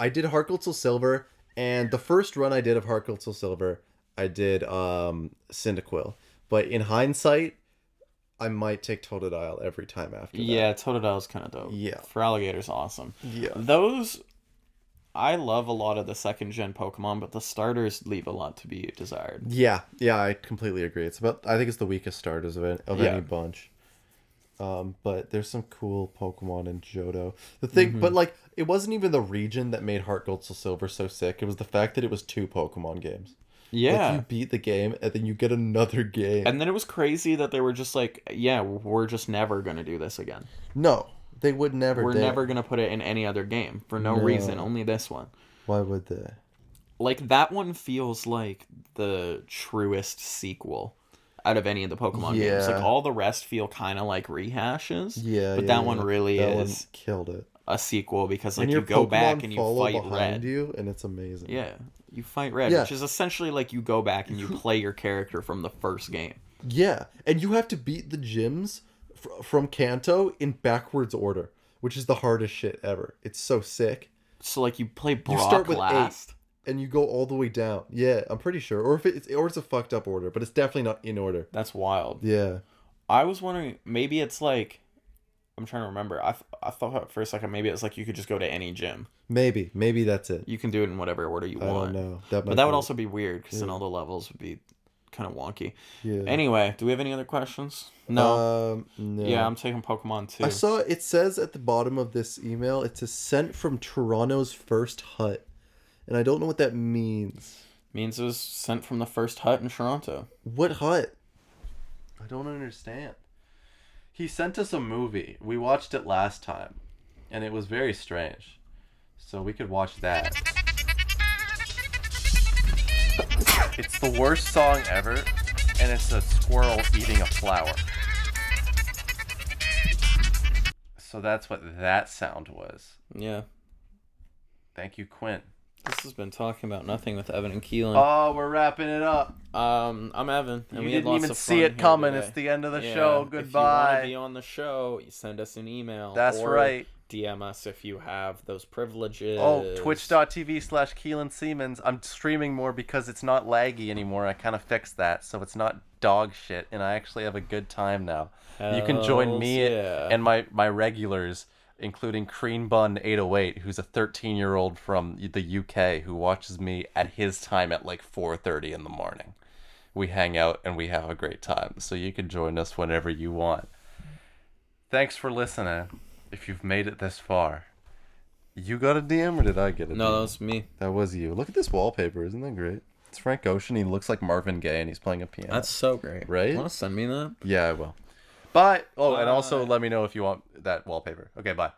Speaker 4: I did Harkletil Silver, and the first run I did of Harkletil Silver, I did um Cyndaquil. But in hindsight, I might take Totodile every time after that.
Speaker 1: Yeah, Totodile's kind of dope.
Speaker 4: Yeah.
Speaker 1: for alligators, awesome.
Speaker 4: Yeah.
Speaker 1: Those, I love a lot of the second gen Pokemon, but the starters leave a lot to be desired.
Speaker 4: Yeah, yeah, I completely agree. It's about I think it's the weakest starters of any, of
Speaker 1: Yeah.
Speaker 4: any bunch. Um, but there's some cool Pokemon in Johto. The thing,
Speaker 1: Mm-hmm.
Speaker 4: but like, it wasn't even the region that made Heart Gold Soul Silver so sick. It was the fact that it was two Pokemon games.
Speaker 1: Yeah.
Speaker 4: Like you beat the game and then you get another game.
Speaker 1: and then it was crazy that they were just like, yeah, we're just never going to do this again.
Speaker 4: no, they would never.
Speaker 1: We're
Speaker 4: dare.
Speaker 1: never going to put it in any other game for no,
Speaker 4: No.
Speaker 1: reason, only this one.
Speaker 4: Why would they?
Speaker 1: Like, that one feels like the truest sequel out of any of the Pokemon games.
Speaker 4: Yeah.
Speaker 1: Like, all the rest feel kind of like rehashes.
Speaker 4: Yeah,
Speaker 1: But
Speaker 4: yeah,
Speaker 1: that one
Speaker 4: yeah.
Speaker 1: really
Speaker 4: That one
Speaker 1: is
Speaker 4: killed it.
Speaker 1: a sequel because, like,
Speaker 4: and
Speaker 1: you
Speaker 4: your
Speaker 1: go
Speaker 4: Pokemon
Speaker 1: back and you
Speaker 4: follow
Speaker 1: fight
Speaker 4: behind
Speaker 1: Red.
Speaker 4: you, and it's amazing.
Speaker 1: Yeah. You fight Red,
Speaker 4: Yeah.
Speaker 1: which is essentially like you go back
Speaker 4: (laughs)
Speaker 1: and you play your character from the first game.
Speaker 4: Yeah, and you have to beat the gyms fr- from Kanto in backwards order, which is the hardest shit ever. It's so sick.
Speaker 1: So, like, you play Brock
Speaker 4: You start with
Speaker 1: last.
Speaker 4: eight, and you go all the way down. Yeah, I'm pretty sure. Or if it's or it's a fucked up order, but it's definitely not in order.
Speaker 1: That's wild.
Speaker 4: Yeah,
Speaker 1: I was wondering, maybe it's like, I'm trying to remember. I, th- I thought for a second maybe it's like you could just go to any gym.
Speaker 4: maybe maybe that's it.
Speaker 1: You can do it in whatever order you
Speaker 4: I
Speaker 1: want.
Speaker 4: don't know. That might
Speaker 1: But that
Speaker 4: be
Speaker 1: would
Speaker 4: it.
Speaker 1: also be weird because then all the levels would be kind of wonky.
Speaker 4: Yeah.
Speaker 1: Anyway, do we have any other questions? No.
Speaker 4: Um, no.
Speaker 1: yeah, I'm taking Pokemon too.
Speaker 4: I saw it says at the bottom of this email it says sent from Toronto's first hut, and I don't know what that means.
Speaker 1: Means it was sent from the first hut in Toronto.
Speaker 4: What hut?
Speaker 2: I don't understand. He sent us a movie. We watched it last time, and it was very strange. So we could watch that. It's the worst song ever, and it's a squirrel eating a flower. So that's what that sound was.
Speaker 1: Yeah.
Speaker 2: Thank you, Quinn.
Speaker 1: This has been talking about nothing with Evan and Keelan.
Speaker 2: Oh, we're wrapping it up.
Speaker 1: um, I'm Evan, Uh, and we
Speaker 2: you
Speaker 1: had
Speaker 2: didn't
Speaker 1: lots
Speaker 2: even
Speaker 1: of
Speaker 2: see
Speaker 1: fun
Speaker 2: it
Speaker 1: here
Speaker 2: coming.
Speaker 1: today.
Speaker 2: It's the end of the
Speaker 1: Yeah,
Speaker 2: show.
Speaker 1: If you want to be
Speaker 2: Goodbye.
Speaker 1: on the show, you send us an email.
Speaker 2: That's
Speaker 1: or
Speaker 2: right.
Speaker 1: DM us if you have those privileges.
Speaker 2: Oh, twitch.tv slash Keelan Siemens. I'm streaming more because it's not laggy anymore. I kind of fixed that, so it's not dog shit, and I actually have a good time now. you can join
Speaker 1: Hells
Speaker 2: me
Speaker 1: yeah.
Speaker 2: and my, my regulars, including Crean Bun 808, who's a 13 year old from the UK who watches me at his time at like 4.30 in the morning.
Speaker 4: We hang out and we have a great time. So you can join us whenever you want. Thanks for listening. If you've made it this far, you got a DM or did I get a
Speaker 1: No,
Speaker 4: DM?
Speaker 1: that was me.
Speaker 4: That was you. Look at this wallpaper. Isn't that great? It's Frank Ocean. He looks like Marvin Gaye and he's playing a piano.
Speaker 1: That's so great.
Speaker 4: Right?
Speaker 1: Want to send me that?
Speaker 4: Yeah, I will. Bye. Oh, and also let me know if you want that wallpaper. Okay, bye.